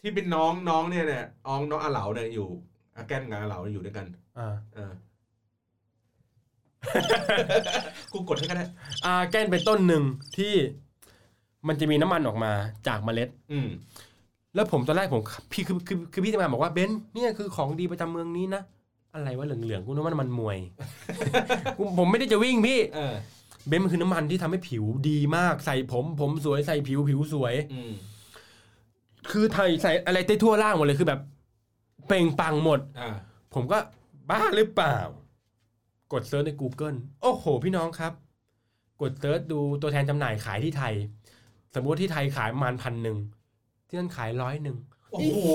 Speaker 2: ที่เป็นน้องน้องเนี่ยเนี่ยน้องน้องอาเหลาเนี่ยอยู่อาร์แกนกับอาเหลาอยู่ด้วยกัน
Speaker 3: อ่า
Speaker 2: เออ กูกดให้ก็ได้
Speaker 3: อาแกนเป็นต้นหนึ่งที่มันจะมีน้ำมันออกมาจากเมล็ด
Speaker 2: อืม
Speaker 3: แล้วผมตอนแรกผมพี่คือคือคือพี่ทำงานบอกว่าเบนซ์เนี่ยคือของดีประจำเมืองนี้นะ อะไรวะเหลืองๆกูนึกว่าน้ำมันมวย กูผมไม่ได้จะวิ่งพี่
Speaker 2: เออ
Speaker 3: เบนซ์มันคือน้ำมันที่ทำให้ผิวดีมากใส่ผมผมสวยใส่ผิวผิวสวย
Speaker 2: อืม
Speaker 3: คือไทยใส่อะไรได้ทั่วร่างหมดเลยคือแบบ เปล่งปลังหมด
Speaker 2: อ่า
Speaker 3: ผมก็บ้าหรือเปล่า กดเซิร์ชใน Google โอ้โห พี่น้องครับ กดเซิร์ชดูตัวแทนจำหน่ายขายที่ไทย สมมติว่าที่ไทยขายประมาณพันหนึ่งที่นั่นขายร้อยหนึ่ง
Speaker 2: โอ้โห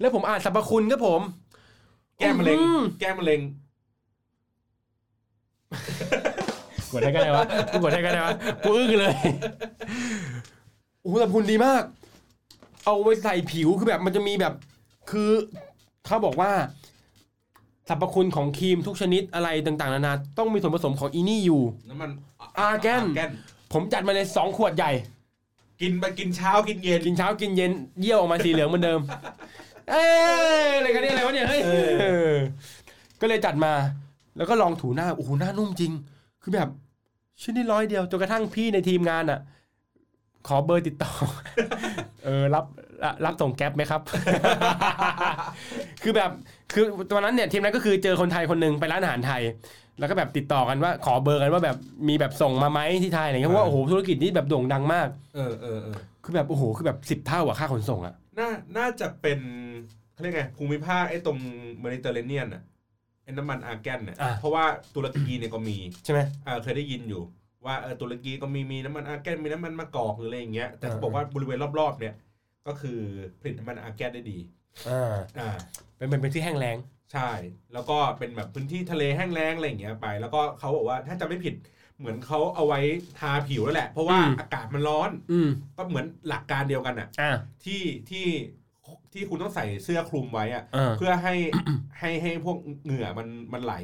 Speaker 3: แล้วผมอ่านสรรพคุณครับผม
Speaker 2: แก้มะเร็ง
Speaker 3: อื้อหือ
Speaker 2: แก้มะเร็ง
Speaker 3: กดให้กันได้วะกูกดให้กันได้วะกูอึ้งเลยโอ้โหสรรพคุณดีมาก เอาไว้ใส่ผิวคือแบบมันจะมีแบบ คือเขาบอกว่าสรรพคุณของครีมทุกชนิดอะไรต่างๆนานาต้องมีส่วนผสมของอีนี่อยู่
Speaker 2: น้ำมัน
Speaker 3: อาร์แกน
Speaker 2: ร์
Speaker 3: ผมจัดมาเลยสองขวดใหญ่
Speaker 2: กินไปกินเช้ากินเย็น
Speaker 3: กินเช้ากินเย็นเยี่ยวออกมาสีเหลืองเหมือนเดิม เอ้ยอะไรกันเนี่ยอะไรวะเนี่ยเฮ้ย
Speaker 2: เออ
Speaker 3: เออก็เลยจัดมาแล้วก็ลองถูหน้าโอ้โหหน้านุ่มจริง คือแบบชิ้นนี้ร้อยเดียวจนกระทั่งพี่ในทีมงานอ่ะ ขอเบอร์ติดต่อ เออรับรับส่งแก๊ปไหมครับ คือแบบคือตอนนั้นเนี่ยทีมนั้นก็คือเจอคนไทยคนหนึ่งไปร้านอาหารไทย แล้วก็แบบติดต่อกันว่าขอเบอร์กันว่าแบบมีแบบส่งมาไหมที่ไทยอะไรเงี้ยเพราะว่าโอ้โหธุรกิจนี้แบบโด่งดังมาก
Speaker 2: เออเออเออ
Speaker 3: คือแบบโอ้โหคือแบบสิบเท่าอะค่าขนส่งอะ
Speaker 2: น่า น่าจะเป็นเขาเรียกไง ภูมิภาคไอ้ตรงเมดิเตอร์เรเนียนอ่ะ ไอ้น้ำมันอาร์แกนเนี่ย
Speaker 3: อ่ะ
Speaker 2: เพราะว่าตุรกีเนี่ยก็มี
Speaker 3: ใช่ไหม
Speaker 2: อ่า เคยได้ยินอยู่ ว่าเออตุรกีก็มี มีน้ำมันอาร์แกน มีน้ำมันมะกอกหรืออะไรอย่างเงี้ย แต่เขา
Speaker 3: เออ
Speaker 2: บอกว่าบริเวณรอบๆเนี่ย ก็คือผลิตน้ำมันอาร์แกนได้ดี
Speaker 3: อ่า
Speaker 2: อ่า
Speaker 3: เป็นเป็นเป็นที่แห้งแล้ง
Speaker 2: ใช่ แล้วก็เป็นแบบพื้นที่ทะเลแห้งแล้งอะไรอย่างเงี้ยไป แล้วก็เขาบอกว่าถ้าจะไม่ผิดเหมือนเขาเอาไว้ทาผิวแล้วแหละ เพราะว่า
Speaker 3: อืม
Speaker 2: อากาศมันร้อน
Speaker 3: อืม
Speaker 2: ก็เหมือนหลักการเดียวกันอ่ะ
Speaker 3: อ่า
Speaker 2: ที่ที่ที่คุณต้องใส่เสื้อคลุมไว้อ่ะ
Speaker 3: เออ
Speaker 2: เพื่อให้ ให้ให้พวกเหงื่อมันมันไหล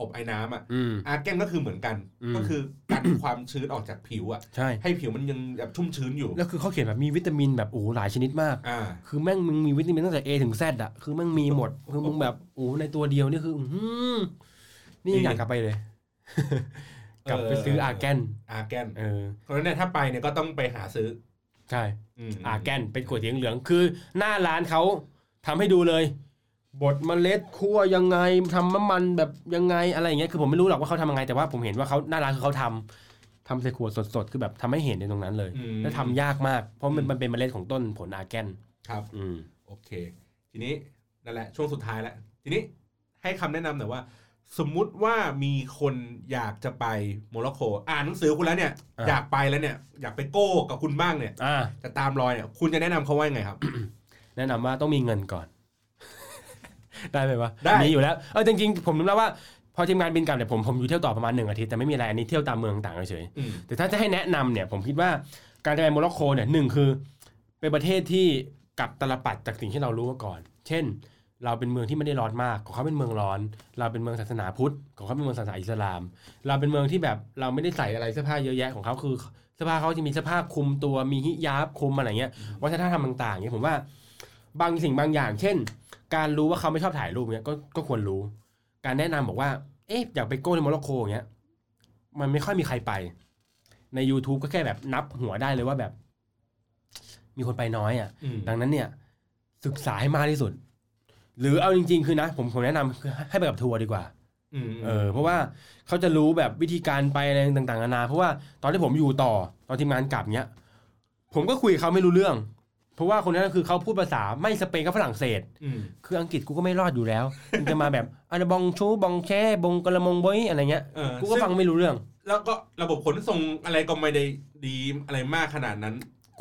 Speaker 2: อบไอ้น้ำอ่ะ
Speaker 3: อืม
Speaker 2: อาร์แกนก็คือเหมือนกัน
Speaker 3: อืม
Speaker 2: ก็คือกันความชื้นออกจากผิวอ่ะ
Speaker 3: ใช่
Speaker 2: ให้ผิวมันยังแบบชุ่มชื้นอยู่
Speaker 3: แล้วคือเขาเขียนแบบมีวิตามินแบบโอ้โหหลายชนิดมาก
Speaker 2: อ่า
Speaker 3: คือแม่งมึงมีวิตามินตั้งแต่ A ถึง Z อะคือแม่งมีหมด คือมึงแบบโอ้โหในตัวเดียวนี่คือ อื้อหือนี่
Speaker 2: นี่
Speaker 3: อยากกลับไปเลย กลับไป
Speaker 2: เออ
Speaker 3: ซื้ออาร์แกน
Speaker 2: อาร์แกน
Speaker 3: เออ
Speaker 2: เพราะฉะนั้นเนี่ยถ้าไปเนี่ยก็ต้องไปหาซื้อ
Speaker 3: ใช่
Speaker 2: ม
Speaker 3: อาร์แกนเป็นก๋วยเตี๋ยวเหลืองคือ หน้าร้านเขาทำให้ดูเลยบดเมล็ดคั่วยังไงทำน้ำมันแบบยังไงอะไรอย่างเงี้ยคือผมไม่รู้หรอกว่าเขาทำยังไงแต่ว่าผมเห็นว่าเขาหน้าร้านคือเขาทำทำใส่ขวดสดๆคือแบบทำให้เห็นในตรงนั้นเลย
Speaker 2: อืม
Speaker 3: แล้วทำยากมากเพราะมัน
Speaker 2: อืม
Speaker 3: มันเป็นเมล็ดของต้นผลอาร์แกน
Speaker 2: ครับ
Speaker 3: อืม
Speaker 2: โอเค ทีนี้นั่นแหละช่วงสุดท้ายแล้ว ทีนี้ให้คำแนะนำหน่อยว่า สมมุติว่ามีคนอยากจะไปโมร็อกโกอ่านหนังสือคุณแล้วเนี่ย
Speaker 3: อ่า
Speaker 2: อยากไปแล้วเนี่ย อยากไปโก้กับคุณบ้างเนี่ย
Speaker 3: อ่า
Speaker 2: จะตามรอยเนี่ย คุณจะแนะนำเขาว่ายังไงครับ
Speaker 3: แนะนำว่าต้องมีเงินก่อน ได้ไหมวะ
Speaker 2: ได้
Speaker 3: มีอยู่แล้วเออจริงๆ ผมนึกแล้วว่า พอทีมงานบินกลับเนี่ยผมผมอยู่เที่ยวต่อประมาณหนึ่งอาทิตย์แต่ไม่มีอะไรอันนี้เที่ยวตามเมืองต่างเฉย
Speaker 2: อืม
Speaker 3: ๆแต่ถ้าจะให้แนะนำเนี่ย ผมคิดว่าการจะไปโมร็อกโกเนี่ยหนึ่งคือ เป็นประเทศที่กลับตลปัดจากสิ่งที่เรารู้มาก่อน เช่น เราเป็นเมืองที่ไม่ได้ร้อนมากของเขาเป็นเมืองร้อน เราเป็นเมืองศาสนาพุทธของเขาเป็นเมืองศาสนาอิสลาม เราเป็นเมืองที่แบบเราไม่ได้ใส่อะไรเสื้อผ้าเยอะแยะของเขาคือเสื้อผ้าเขาจะมีเสื้อผ้าคลุมตัวมีฮิญาบคลุมอะไรเงี้ยวัฒนธรรมต่างๆเนี่ยผมว่า บางสิ่งบางอย่าง เช่น การรู้ว่าเขาไม่ชอบถ่ายรูปเนี่ยก็ก็ควรรู้ การแนะนำบอกว่า เอ๊ะอยากไปโก้ในโมร็อกโกอย่างเงี้ยมันไม่ค่อยมีใครไป ใน YouTube ก็แค่แบบนับหัวได้เลยว่าแบบ มีคนไปน้อยอ่ะ
Speaker 2: อืม
Speaker 3: ดังนั้นเนี่ยศึกษาให้มากที่สุด หรือเอาจริง ๆ คือนะ ผมผมแนะนำคือให้ไปกับทัวร์ดีกว่า
Speaker 2: อืม
Speaker 3: เออเพราะว่าเขาจะรู้แบบวิธีการไปอะไรต่างๆนานาเพราะว่าตอนที่ผมอยู่ต่อตอนทีมงานกลับเนี้ย ผมก็คุยกับเขาไม่รู้เรื่อง เพราะว่าคนนั้นคือเขาพูดภาษาไม่สเปนก็ฝรั่งเศส
Speaker 2: อืม
Speaker 3: คืออังกฤษกูก็ไม่รอดอยู่แล้วมึงจะมาแบบอันบองชูบองแช่บงกระมงบอยอะไรเงี้ย
Speaker 2: เออ
Speaker 3: กูก็ฟังไม่รู้เรื่อง
Speaker 2: แล้วก็ระบบขนส่งอะไรก็ไม่ได้ดีอะไรมากขนาดนั้น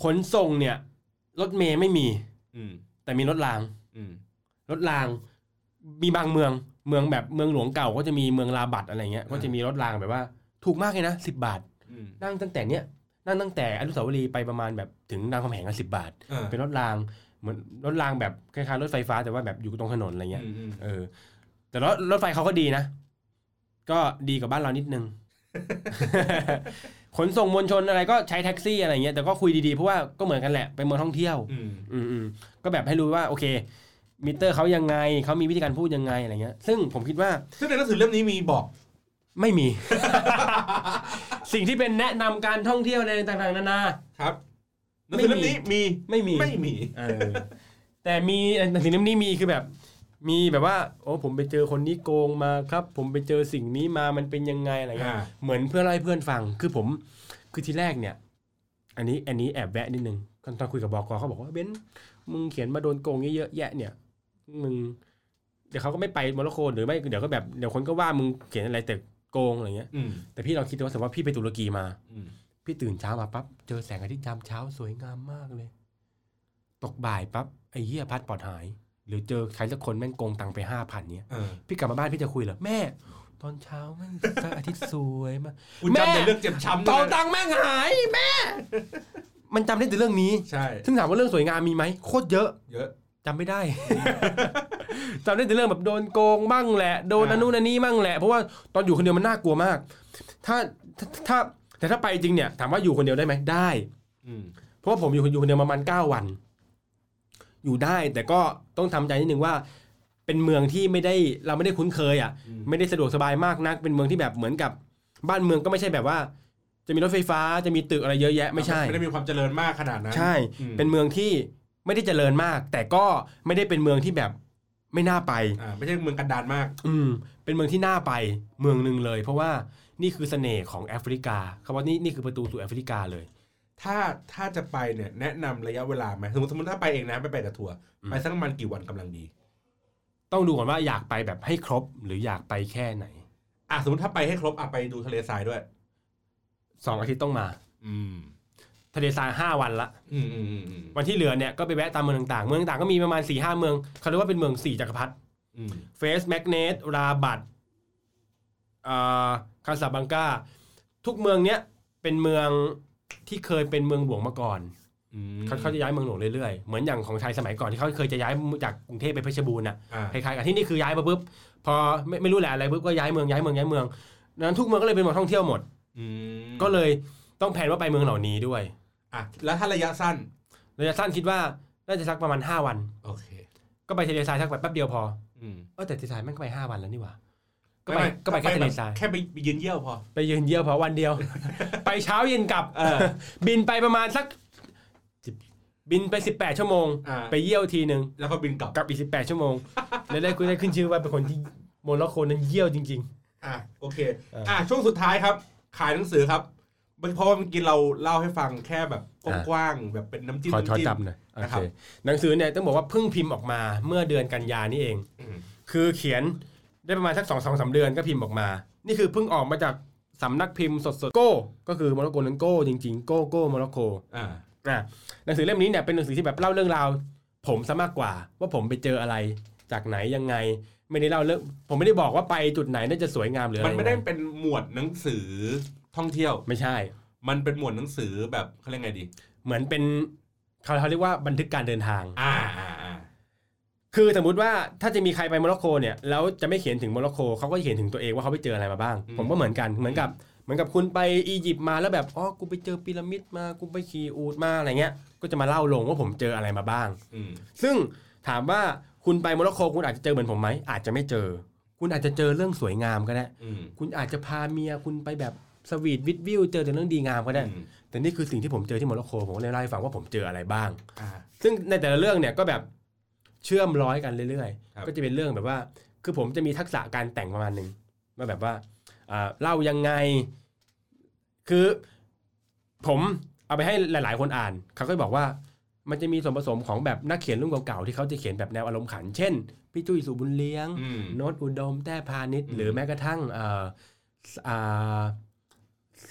Speaker 3: ขนส่งเนี่ย รถเมย์ไม่มี
Speaker 2: อืม
Speaker 3: แต่มีรถราง
Speaker 2: อืม
Speaker 3: รถรางมีบางเมืองเมืองแบบเมืองหลวงเก่าก็จะมีเมืองลาบัดอะไรเงี้ย
Speaker 2: อ่า
Speaker 3: ก็จะมีรถรางแบบว่า ถูกมากเลยนะสิบาท
Speaker 2: อืม
Speaker 3: นั่งตั้งแต่เนี้ยนั่งตั้งแต่อนุสาวรีย์ไปประมาณแบบถึงรามคำแหงกันสิบาท
Speaker 2: เออ
Speaker 3: เป็นรถรางเหมือนรถรางแบบคล้ายๆรถไฟฟ้าแต่ว่าแบบอยู่ตรงถนนอะไรเงี้ย
Speaker 2: อืมอืม
Speaker 3: เออ แต่รถรถไฟเขาก็ดีนะ ก็ดีกว่าบ้านเรานิด นึง ขนส่งมวลชนอะไรก็ใช้แท็กซี่อะไรเงี้ยแต่ก็คุยดีๆเพราะว่าก็เหมือนกันแหละเป็นเมืองท่องเที่ยว
Speaker 2: อืม
Speaker 3: อืมอืมก็แบบให้รู้ว่าโอเค มิเตอร์เขายังไงเขามีวิธีการพูดยังไงอะไรเงี้ย ซึ่งผมคิดว่า
Speaker 2: ซึ่งในหนังสือเล่มนี้มีบอก
Speaker 3: ไม่ มี สิ่งที่เป็นแนะนำการท่องเที่ยวในต่างๆนานา
Speaker 2: ครับหนังสือเล่มนี้มี
Speaker 3: ไม่มี
Speaker 2: ไม่มี
Speaker 3: เออแต่มีแต่สิ่งนี้มีคือแบบ มีแบบว่า โอ้ผมไปเจอคนนี้โกงมาครับ ผมไปเจอสิ่งนี้มามันเป็นยังไงอะไรเงี้ย
Speaker 2: อ่า
Speaker 3: เหมือนเพื่อเล่าให้เพื่อนฟังคือผม คือทีแรกเนี่ย อันนี้อันนี้แอบแวะนิดนึงตอนคุยกับบอกกเขาบอกว่าเบนซ์มึงเขียนมาโดนโกงเยอะแยะเนี่ย มึง เดี๋ยวเขาก็ไม่ไปโมร็อกโกหรือไม่เดี๋ยวก็แบบเดี๋ยวคนก็ว่ามึงเขียนอะไรแต่โกงอะไรเงี้ย
Speaker 2: อืม
Speaker 3: แต่พี่ลองคิดดูว่าสมมติว่าพี่ไปตุรกีมา
Speaker 2: อืม
Speaker 3: พี่ตื่นเช้ามาปั๊บเจอแสงอาทิตย์ยามเช้าสวยงามมากเลย ตกบ่ายปั๊บไอ้เหี้ยพัดปลอดหาย หรือเจอใครสักคนแม่งโกงตังค์ไปห้าพันเนี้ย
Speaker 2: เออ
Speaker 3: พี่กลับมาบ้านพี่จะคุยเหรอแม่ ตอนเช้าแม่งแสงอาทิตย์สวยมาก
Speaker 2: คุณจำแต่เรื่องเจ็บช้ำ
Speaker 3: ต
Speaker 2: ด้
Speaker 3: อ
Speaker 2: วย
Speaker 3: น
Speaker 2: นะ
Speaker 3: ตังค์แม่งหายแม่ มันจำได้แต่เรื่องนี้
Speaker 2: ใช่
Speaker 3: ซึ่งถามว่าเรื่องสวยงามมีไหมโคตรเยอะ
Speaker 2: เยอะ
Speaker 3: จำไม่ได้ จำได้แต่เรื่องแบบโดนโกงบ้างแหละโดน
Speaker 2: อ่า
Speaker 3: อันนู้นอันนี้บ้างแหละเพราะว่าตอนอยู่คนเดียวมันน่ากลัวมาก ถ้าถ้าถ้าแต่ถ้าไปจริงเนี่ยถามว่าอยู่คนเดียวได้ไหมได้
Speaker 2: อืม
Speaker 3: เพราะว่าผมอยู่อยู่คนเดียวประมาณเก้าวัน อยู่ได้แต่ก็ต้องทำใจนิดนึงว่า เป็นเมืองที่ไม่ได้เราไม่ได้คุ้นเคยอ่ะ
Speaker 2: อืม
Speaker 3: ไม่ได้สะดวกสบายมากนัก เป็นเมืองที่แบบเหมือนกับ บ้านเมืองก็ไม่ใช่แบบว่า จะมีรถไฟฟ้าจะมีตึกอะไรเยอะแยะไม่ใช่
Speaker 2: ไม่ได้มีความเจริญมากขนาดนั้น
Speaker 3: ใช่
Speaker 2: อืม
Speaker 3: เป็นเมืองที่ไม่ได้เจริญมาก แต่ก็ไม่ได้เป็นเมืองที่แบบไม่น่าไป
Speaker 2: อ่าไม่ใช่เมืองกันดารมาก
Speaker 3: อืมเป็นเมืองที่น่าไปเมืองหนึ่งเลย เพราะว่านี่คือเสน่ห์ของแอฟริกาเขาว่านี่นี่คือประตูสู่แอฟริกาเลย
Speaker 2: ถ้าถ้าจะไปเนี่ยแนะนำระยะเวลาไหมสมมติสมมติถ้าไปเองนะไปไปกับทัวร์
Speaker 3: อืม
Speaker 2: ไปสักประมาณกี่วันกำลังดี
Speaker 3: ต้องดูก่อนว่าอยากไปแบบให้ครบหรืออยากไปแค่ไหน
Speaker 2: อ่ะสมมติถ้าไปให้ครบอ่ะไปดูทะเลทรายด้วย
Speaker 3: สองอาทิตย์ต้องมา
Speaker 2: อืม
Speaker 3: ทะเลทรายห้าวันละ
Speaker 2: อืมอืมอืมอืม
Speaker 3: วันที่เหลือเนี่ยก็ไปแวะตามเมืองต่างๆ เมืองต่างๆก็มีประมาณสี่ห้าเมืองเขาเรียกว่าเป็นเมืองสี่จักรพรรดิ
Speaker 2: อืม
Speaker 3: เฟสแมกเนตราบัตคาซาบังกาทุกเมืองเนี้ยเป็นเมืองที่เคยเป็นเมืองหลวงมาก่อน
Speaker 2: อืม
Speaker 3: เขาเขาจะย้ายเมืองหลวงเรื่อยๆ เหมือนอย่างของไทยสมัยก่อนที่เขาเคยจะย้ายจากกรุงเทพไปเพชรบูรณ์น่ะ
Speaker 2: อ่า
Speaker 3: คล้ายๆกับที่นี่คือย้ายมาปุ๊บพอไม่ไม่รู้แหละอะไรปุ๊บก็ย้ายเมืองย้ายเมืองย้ายเมืองดังนั้นทุกเมืองก็เลยเป็นเมืองท่องเที่ยวหมด
Speaker 2: อืม
Speaker 3: ก็เลยต้องแผนว่าไปเมืองเหล่านี้ด้วย
Speaker 2: อ่ะแล้วถ้าระยะสั้น
Speaker 3: ระยะสั้นคิดว่าน่าจะสักประมาณ 5 วัน
Speaker 2: โอเค
Speaker 3: ก็ไปทะเลทรายสักแบบแป๊บเดียวพอ
Speaker 2: อืม
Speaker 3: เออแต่ทะเลทรายแม่งก็ไป5วันแล้วนี่หว่าก็ไปก็ไปแค่ทะเลทราย
Speaker 2: แค่ไปยืนเยี่ยวพอ
Speaker 3: ไปยืนเยี่ยวพอวันเดี ยว ไปเช้าเย็นกลับ
Speaker 2: เออ
Speaker 3: บินไปประมาณสักสิบบินไป 18 ชั่วโมง
Speaker 2: อ่า
Speaker 3: ไปเยี่ยวทีหนึ่ง
Speaker 2: แล้วก็บินกลับ
Speaker 3: กลับอีก 18 ชั่วโมง และได้คุยได้ขึ้นชื่อว่าเป็นคนที่โมร็อกโกนั้นเยี่ยวจริง
Speaker 2: อ่ะโอเค
Speaker 3: เอออ่
Speaker 2: อ่ะช่วงสุดท้ายครับ ขายหนังสือครับมันเพราะว่าเมื่อกี้เราเล่าให้ฟังแค่แบบ
Speaker 3: อ่ะ
Speaker 2: กว้างๆแบบเป็นน้ำจิ้ม
Speaker 3: ขอขอ
Speaker 2: น้ำจิ้ม
Speaker 3: จับหน่อยโอ
Speaker 2: นะค
Speaker 3: เครับ หนังสือเนี่ยต้องบอกว่าเพิ่งพิมพ์ออกมาเมื่อเดือนกันยานี่เอง
Speaker 2: อืม
Speaker 3: คือเขียนได้ประมาณสักสองสองสามเดือนก็พิมพ์ออกมา นี่คือเพิ่งออกมาจากสำนักพิมพ์สดๆโก้ ก็คือโมร็อกโกนั้นโก้จริงๆ โก้โก้โมร็อกโก
Speaker 2: อ่า
Speaker 3: อ่ะหนังสือเล่มนี้เนี่ยเป็นหนังสือที่แบบเล่าเรื่องราว ผมซะมากกว่า ว่าผมไปเจออะไรจากไหนยังไง ไม่ได้เล่าเรื่องผมไม่ได้บอกว่าไปจุดไหนน่าจะสวยงามหรืออะ
Speaker 2: มั
Speaker 3: ไร
Speaker 2: นไม่ได้เป็นหมวดหนังสือท่องเที่ยว
Speaker 3: ไม่ใช่
Speaker 2: มันเป็นหมวดหนังสือแบบเขาเรียกไงดี
Speaker 3: เหมือนเป็นเขาเขาเรียกว่าบันทึกการเดินทาง
Speaker 2: อ่าอ่าอ่า
Speaker 3: คือสมมุติว่าถ้าจะมีใครไปโมร็อกโกเนี่ยแล้วจะไม่เขียนถึงโมร็อกโกเขาก็จะเขียนถึงตัวเองว่าเขาไปเจออะไรมาบ้าง ผมก็เหมือนกันเหมือนกับเหมือนกับคุณไปอียิปต์มาแล้วแบบอ๋อกูไปเจอพีระมิดมากูไปขี่อูฐมาอะไรเงี้ย ก็จะมาเล่าลงว่าผมเจออะไรมาบ้าง
Speaker 2: อืม
Speaker 3: ซึ่งถามว่าคุณไปโมร็อกโกคุณอาจจะเจอเหมือนผมไหมอาจจะไม่เจอ คุณอาจจะเจอเรื่องสวยงามก็ได้
Speaker 2: อืม
Speaker 3: คุณอาจจะพาเมียคุณไปแบบสวีทวิดวิวเจอแต่เรื่องดีงามก็ได้
Speaker 2: อืม
Speaker 3: แต่นี่คือสิ่งที่ผมเจอที่โมร็อกโกผมก็เลยเล่าให้ฟังว่าผมเจออะไรบ้าง
Speaker 2: อ่า
Speaker 3: ซึ่งในแต่ละเรื่องเนี่ยก็แบบเชื่อมร้อยกันเรื่อย
Speaker 2: ครับ
Speaker 3: ๆ ก็จะเป็นเรื่องแบบว่า คือผมจะมีทักษะการแต่งประมาณหนึ่งว่าแบบว่าอ่าเล่ายังไง คือผมเอาไปให้หลาย ๆ คนอ่าน เขาก็บอกว่า มันจะมีส่วนผสมของแบบนักเขียนรุ่นเก่าๆที่เขาจะเขียนแบบแนวอารมณ์ขัน เช่นพี่จุ้ยสุบุญเลี้ยง
Speaker 2: อืม
Speaker 3: โน้ตอุดมแต้พาณิชย์
Speaker 2: อืม
Speaker 3: หรือแม้กระทั่งเอ่อสอ่า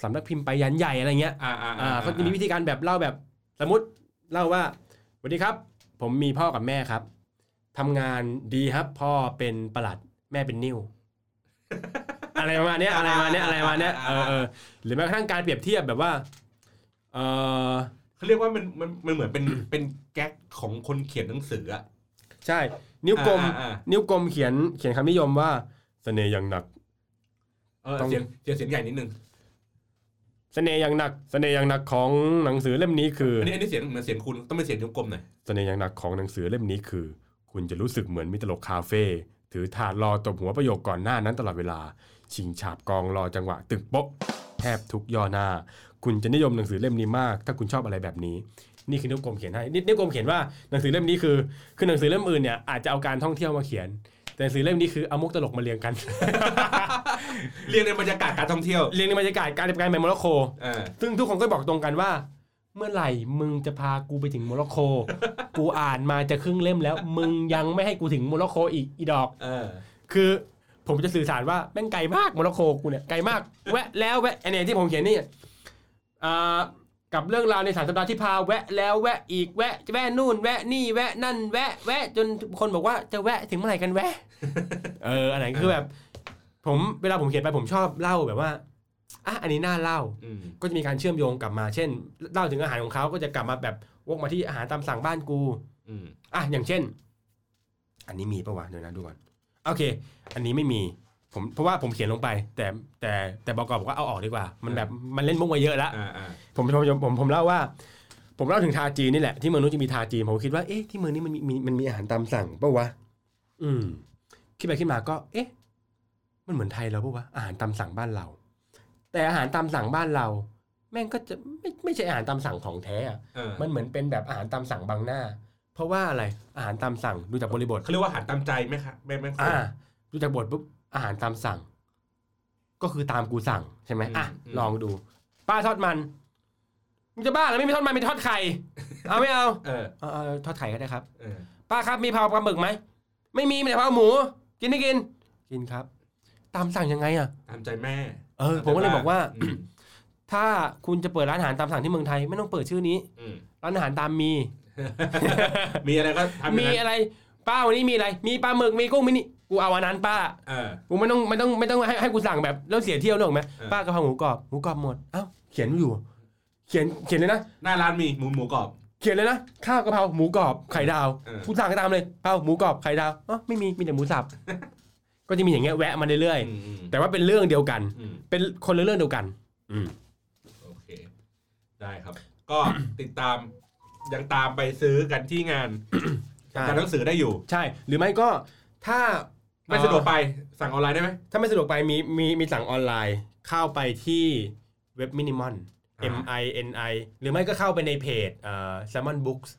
Speaker 3: สำนักพิมพ์ไปยันใหญ่อะไรเงี้ย
Speaker 2: อ่าอ่า
Speaker 3: อ่าเขาจะมีวิธีการแบบเล่าแบบสมมติเล่าว่าสวัสดีครับ ผมมีพ่อกับแม่ครับทำงานดีครับ พ่อเป็นประหลัดแม่เป็น นิ้ว อะไรประมาณเนี้ยอะไรประมาณเนี้ยอะไรประมาณเนี้ยเออเออหรือแม้กระทั่งการเปรียบเทียบแบบว่าเออ
Speaker 2: เขาเรียกว่ามันมันมันเหมือนเป็นเป็นแก๊กของคนเขียนหนังสืออะ
Speaker 3: ใช่ นิ้วกลม
Speaker 2: อ่าอ่า
Speaker 3: นิ้วกลมเขียนเขียนคำนิยมว่าเสน่ห์อย่างหนัก
Speaker 2: เออ
Speaker 3: ต้อง
Speaker 2: เสียงเสียงเสียงใหญ่นิดนึง
Speaker 3: เสน่ห์อย่างหนัก เสน่ห์อย่างหนักของหนังสือเล่มนี้คือ
Speaker 2: อันนี้อันนี้เสียงเหมือนเสียงคุณต้องเป็นเสียงนิ้วกลมหน่อย
Speaker 3: เสน่ห์อย่างหนักของหนังสือเล่มนี้คือ คุณจะรู้สึกเหมือนมิตลกคาเฟ่ถือถาดรอตบหัวประโยคก่อนหน้านั้นตลอดเวลา ชิงฉาบกองรอจังหวะ ตึกโป๊กแทบทุกย่อหน้า คุณจะนิยมหนังสือเล่มนี้มาก ถ้าคุณชอบอะไรแบบนี้ นี่คือนิ้วกลมเขียนให้นี่นิ้วกลมเขียนว่าหนังสือเล่มนี้คือคือหนังสือเล่มอื่นเนี่ยอาจจะเอาการท่องเที่ยวมาเขียน แต่หนังสือเล่มนี้คือเอามุกตลกมาเรียงกัน
Speaker 2: เรียนในบรรยากาศการท่องเที่ยว
Speaker 3: เรียงในบรรยากาศการไปโมร็อกโก
Speaker 2: เออ
Speaker 3: ซึ่งทุกคนก็บอกตรงกันว่า เมื่อไหร่มึงจะพากูไปถึงโมร็อกโก กูอ่านมาจะครึ่งเล่มแล้ว มึงยังไม่ให้กูถึงโมร็อกโกอีกอีดอก
Speaker 2: เออ
Speaker 3: คือผมจะสื่อสารว่าแม่งไกลมากโมร็อกโกกูเนี่ยไกลมากแวะแล้วแวะไอเนี่ยที่ผมเขียนนี่อ่ากับเรื่องราวในสามสัปดาห์ที่พาแวะแล้วแวะอีกแวะแวะนู่นแวะนี่แวะนั่นแวะแวะจนคนบอกว่าจะแวะถึงเมื่อไหร่กันแวะ เอออะไรคือแบบ ผมเวลาผมเขียนไปผมชอบเล่าแบบว่าอ่ะอันนี้น่าเล่า
Speaker 2: อืม
Speaker 3: ก็จะมีการเชื่อมโยงกลับมา เช่น เล่าถึงอาหารของเขาก็จะกลับมาแบบวกมาที่อาหารตามสั่งบ้านกู
Speaker 2: อืม
Speaker 3: อ่ะ อย่างเช่น อันนี้มีปะวะเดี๋ยวนะดูก่อน โอเค อันนี้ไม่มี ผมเพราะว่าผมเขียนลงไป แต่แต่แต่บอกบอกว่าเอาออกดีกว่า มันแบบมันเล่นมุกมาเยอะแล้ว
Speaker 2: อ่าอ่า
Speaker 3: ผมผมผมผมผมเล่าว่า ผมเล่าถึงทาจีนนี่แหละที่เมืองนู้นจะมีทาจีนผมคิดว่าเอ๊ะที่เมืองนี้มันมีมีมันมีอาหารตามสั่งปะวะอืมคิดไปคิดมาก็ เอ๊ะ มันเหมือนไทยเราปะวะอาหารตามสั่งบ้านเรา แต่อาหารตามสั่งบ้านเรา แม่งก็จะไม่ไม่ใช่อาหารตามสั่งของแท้อะ
Speaker 2: เออ
Speaker 3: มันเหมือนเป็นแบบอาหารตามสั่งบางหน้า เพราะว่าอะไรอาหารตามสั่งดูจากบริบท
Speaker 2: เขาเรียกว่าอาหารตามใจไหมคะแม่แม่ครัว
Speaker 3: อ่าดูจากบทปุ๊บอาหารตามสั่ง ก็คือตามกูสั่งใช่ไหม
Speaker 2: อืม
Speaker 3: อ่ะ
Speaker 2: อืม
Speaker 3: ลองดู ป้าทอดมันมึงจะบ้าแล้วไม่มีทอดมันมีทอดไข่ เอาไม่เอา
Speaker 2: เออ
Speaker 3: เอาเอาทอดไข่ก็ได้ครับ
Speaker 2: เออ
Speaker 3: ป้าครับมีเผาปลาหมึกไหมไม่มีมีแต่เผาหมูกินไม่กิน กินครับ ตามสั่งยังไงอ่ะ
Speaker 2: ตามใจแม่
Speaker 3: เออผมก็เลยบอกว่า
Speaker 2: อืม
Speaker 3: ถ้าคุณจะเปิดร้านอาหารตามสั่งที่เมืองไทย ไม่ต้องเปิดชื่อนี้
Speaker 2: อืม
Speaker 3: ร้านอาหารตามมี
Speaker 2: มีอะไรก็ทำย่าง
Speaker 3: มี
Speaker 2: นั้น
Speaker 3: อะไร ป้าวันนี้มีอะไร มีปลาหมึกมีกุ้งมินิกูเอาอันนั้นป้า
Speaker 2: เออ
Speaker 3: กูไม่ต้องไม่ต้องไม่ต้องให้ให้กูสั่งแบบแล้วเสียเที่ยวนึกออกไหม
Speaker 2: เออ
Speaker 3: ป้ากะเพราหมูกรอบหมูกรอบหมดเอ้าเขียนอยู่ เขียนเขียนเลยนะ
Speaker 2: หน้าร้านมีหมูหมูกรอบ
Speaker 3: เขียนเลยนะข้าวกะเพราหมูกรอบไข่ดาว
Speaker 2: เออ
Speaker 3: กูสั่งตามเลยเปล่าหมูกรอบไข่ดาวอ๋อไม่มีมีแต่หมู สับ ก็จะมีอย่างเงี้ยแวะมาเรื่อย
Speaker 2: อืมอืม
Speaker 3: ๆแต่ว่าเป็นเรื่องเดียวกัน
Speaker 2: อืม
Speaker 3: เป็นคนละเรื่องเดียวกัน อืม
Speaker 2: โอเค ได้ครับ ก็ ติดตามยังตามไปซื้อกันที่งาน
Speaker 3: ใช่
Speaker 2: งานหนังสือได้อยู่
Speaker 3: ใช่ หรือไม่ก็ถ้า
Speaker 2: ไม่
Speaker 3: เอ่อ
Speaker 2: สะดวกไปสั่งออนไลน์ได้ไหม
Speaker 3: ถ้าไม่สะดวกไปมีมีมีสั่งออนไลน์ เข้าไปที่เว็บมินิมอน
Speaker 2: อ่า
Speaker 3: M I N I หรือไม่ก็เข้าไปในเพจเอ่อ Salmon Books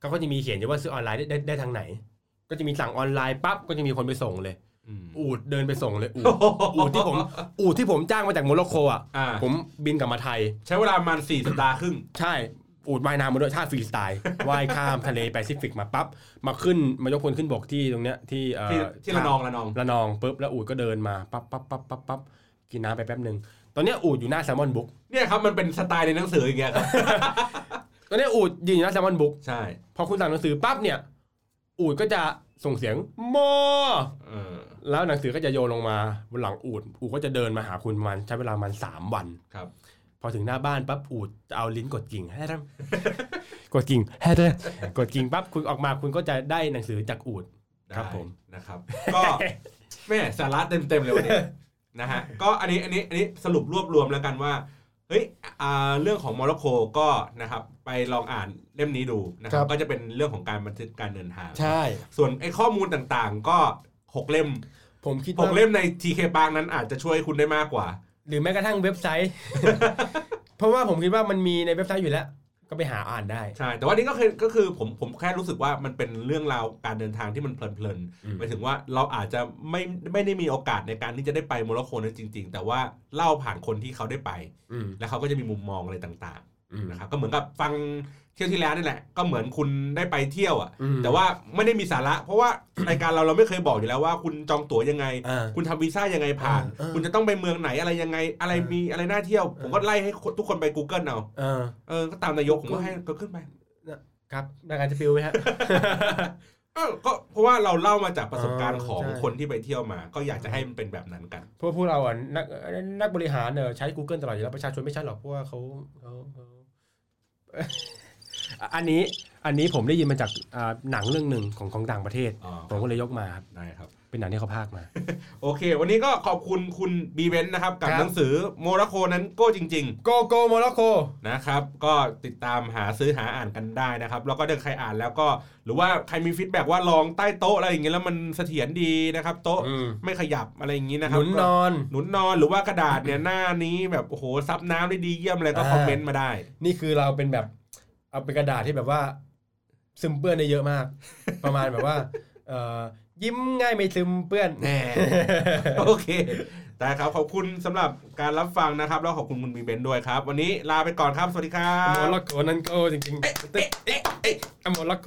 Speaker 3: เขาก็จะมีเขียนอยู่ว่าซื้อออนไลน์ได้ได้ได้ทางไหน ก็จะมีสั่งออนไลน์ปั๊บก็จะมีคนไปส่งเลย
Speaker 2: อืม
Speaker 3: อูดเดินไปส่งเลยอูด อูดที่ผมอูดที่ผมจ้างมาจากโมร็อกโกอ่ะ
Speaker 2: อ่า
Speaker 3: ผมบินกลับมาไทย
Speaker 2: ใช้เวลาประมาณสี่สัปดาห์ครึ่ง
Speaker 3: ใช่อูดว่ายน้ำมาด้วยท่าฟรีสไตล์ว่ายข้ามทะเลแปซิฟิกมาปั๊บมาขึ้นมายกพลขึ้นบกที่ตรงเนี้ยที่เอ่อ
Speaker 2: ที่ที่ระนองระนอง
Speaker 3: ระนองปุ๊บแล้วอูดก็เดินมาปั๊บปั๊บปั๊บปั๊บปั๊บกินน้ำไปแป๊บหนึ่งตอนเนี้ยอูดอยู่หน้าแซลมอนบุ๊ก
Speaker 2: เนี่ยครับมันเป็นสไตล์ในหนังสืออย่างเงี้ยครับ
Speaker 3: ตอนเนี้ยอูดยืนอยู่หน้าแซลมอนบุ๊ก
Speaker 2: ใช่
Speaker 3: พอคุณสั่งหนังสือปั๊บเนี่ยอูดก็จะส่งเสียงโม
Speaker 2: เออ
Speaker 3: แล้วหนังสือก็จะโยนลงมาบนหลังอูดอูดก็จะเดินมาหาคุณประมาณใช้เวลาประมาณสามวัน
Speaker 2: ครับ
Speaker 3: พอถึงหน้าบ้านปั๊บอูดจะเอาลิ้นกดกิ่งแฮะ กดกิ่งแฮะกดกิ่งปั๊บคุณออกมาคุณก็จะได้หนังสือจากอูด
Speaker 2: ได้
Speaker 3: ครับผม
Speaker 2: นะครับ ก็แม่สาระเต็มเต็มๆเลยวัน นี้นะฮะก็อันนี้อันนี้อันนี้สรุปรวบรวมแล้วกันว่าเฮ้ยอ่าเรื่องของโมร็อกโกก็นะครับไปลองอ่านเล่มนี้ดูนะครั
Speaker 3: ครับ บ
Speaker 2: ก็จะเป็นเรื่องของการบันทึกการเดินทาง
Speaker 3: ใช่
Speaker 2: ส่วนไอ้ข้อมูลต่างๆ ก็หกเล่ม
Speaker 3: ผมคิด
Speaker 2: ห
Speaker 3: ว่าก
Speaker 2: เล่มใน TK บางนั้นอาจจะช่วยคุณได้มากกว่า
Speaker 3: หรือแม้กระทั่งเว็บไซต์ เพราะว่าผมคิดว่ามันมีในเว็บไซต์อยู่แล้ว ก็ไปหาอ่านได้
Speaker 2: ใช่ แต่ว่านี่ก็คือก็คือผมผมแค่รู้สึกว่ามันเป็นเรื่องราวการเดินทางที่มันเพลิน
Speaker 3: อืม
Speaker 2: ๆหมายถึงว่าเราอาจจะไม่ไม่ได้มีโอกาสในการที่จะได้ไปโมร็อกโกนั้นจริง ๆ แต่ว่าเล่าผ่านคนที่เขาได้ไป
Speaker 3: อืม
Speaker 2: แล้วเขาก็จะมีมุมมองอะไรต่าง
Speaker 3: อืม
Speaker 2: ๆนะครับก็เหมือนกับฟังเที่ยวที่แล้วนี่แหละ ก็เหมือนคุณได้ไปเที่ยวอ่ะ
Speaker 3: อืม
Speaker 2: แต่ว่าไม่ได้มีสาระ เพราะว่า รายการเราเราไม่เคยบอกอยู่แล้วว่า คุณจองตั๋วยังไง
Speaker 3: อ่า
Speaker 2: คุณทำวีซ่ายังไงผ่าน
Speaker 3: เออเออ
Speaker 2: คุณจะต้องไปเมืองไหนอะไรยังไง อะไร
Speaker 3: เออ
Speaker 2: มีอะไรน่าเที่ยว ผม
Speaker 3: เออ
Speaker 2: ก็ไล่ให้ทุกคนไป Google เอา
Speaker 3: เออ
Speaker 2: เออก็ตามนายกผมก็
Speaker 3: Google
Speaker 2: ให้ก็ขึ้นไป
Speaker 3: ครับรายการจะฟิว ไหมฮะ
Speaker 2: เออก็เพราะว่าเราเล่ามาจากประสบการณ์
Speaker 3: เออ
Speaker 2: ของ
Speaker 3: ใช่
Speaker 2: คนที่ไปเที่ยวมา ก็อยากจะให้มันเป็นแบบนั้นกัน
Speaker 3: เพราะพวกเราอ่ะนักนักบริหารเนอะใช้ Google ตลอดอยู่แล้วประชาชนไม่ใช่หรอกเพราะว่าเขาเขา เขา อันนี้อันนี้ผมได้ยินมาจากอ่าหนังเรื่องหนึ่งของของต่างประเทศ
Speaker 2: อ๋อ
Speaker 3: ผมก็เลยยกมาครับ
Speaker 2: ได้ครับ
Speaker 3: เป็นหนังที่เขาพากย์มา
Speaker 2: โอเค วันนี้ก็ขอบคุณคุณบีเวนนะครับกับ
Speaker 3: ครับ
Speaker 2: หนังสือโมร็อกโกนั้นโก้จริง ๆ
Speaker 3: โกโกโมร็อกโก
Speaker 2: นะครับก็ติดตามหาซื้อหาอ่านกันได้นะครับ แล้วก็ถ้าใครอ่านแล้วก็หรือว่าใครมีฟีดแบ็กว่าลองใต้โต๊ะอะไรอย่างเงี้ยแล้วมันเสถียรดีนะครับ โต๊ะไม่ขยับอะไรอย่างงี้นะ
Speaker 3: ห
Speaker 2: ครับ
Speaker 3: นุนนอน
Speaker 2: หนุนนอนหรือว่ากระดาษเนี่ยหน้านี้แบบโอ้โหซับน้ำได้ดีเยี่ยมอะไรก็
Speaker 3: อ่า
Speaker 2: คอมเมนต์มาได้
Speaker 3: นี่คือเราเป็นแบบ เอาเป็นกระดาษที่แบบว่า ซึมเปื้อนได้เยอะมาก ประมาณแบบว่า เอ่อยิ้มง่ายไม่ซึมเปื้อน
Speaker 2: แน่ โอเคได้ครับขอบคุณสำหรับการรับฟังนะครับ แล้วขอบคุณคุณบีเบนด้วยครับ วันนี้ลาไปก่อนครับ สวัสดีครั
Speaker 3: โม
Speaker 2: บ
Speaker 3: ร็อกโกนั้นโกจริงๆเอ๊ะเอ๊ะเอ๊ะโมร็อกโก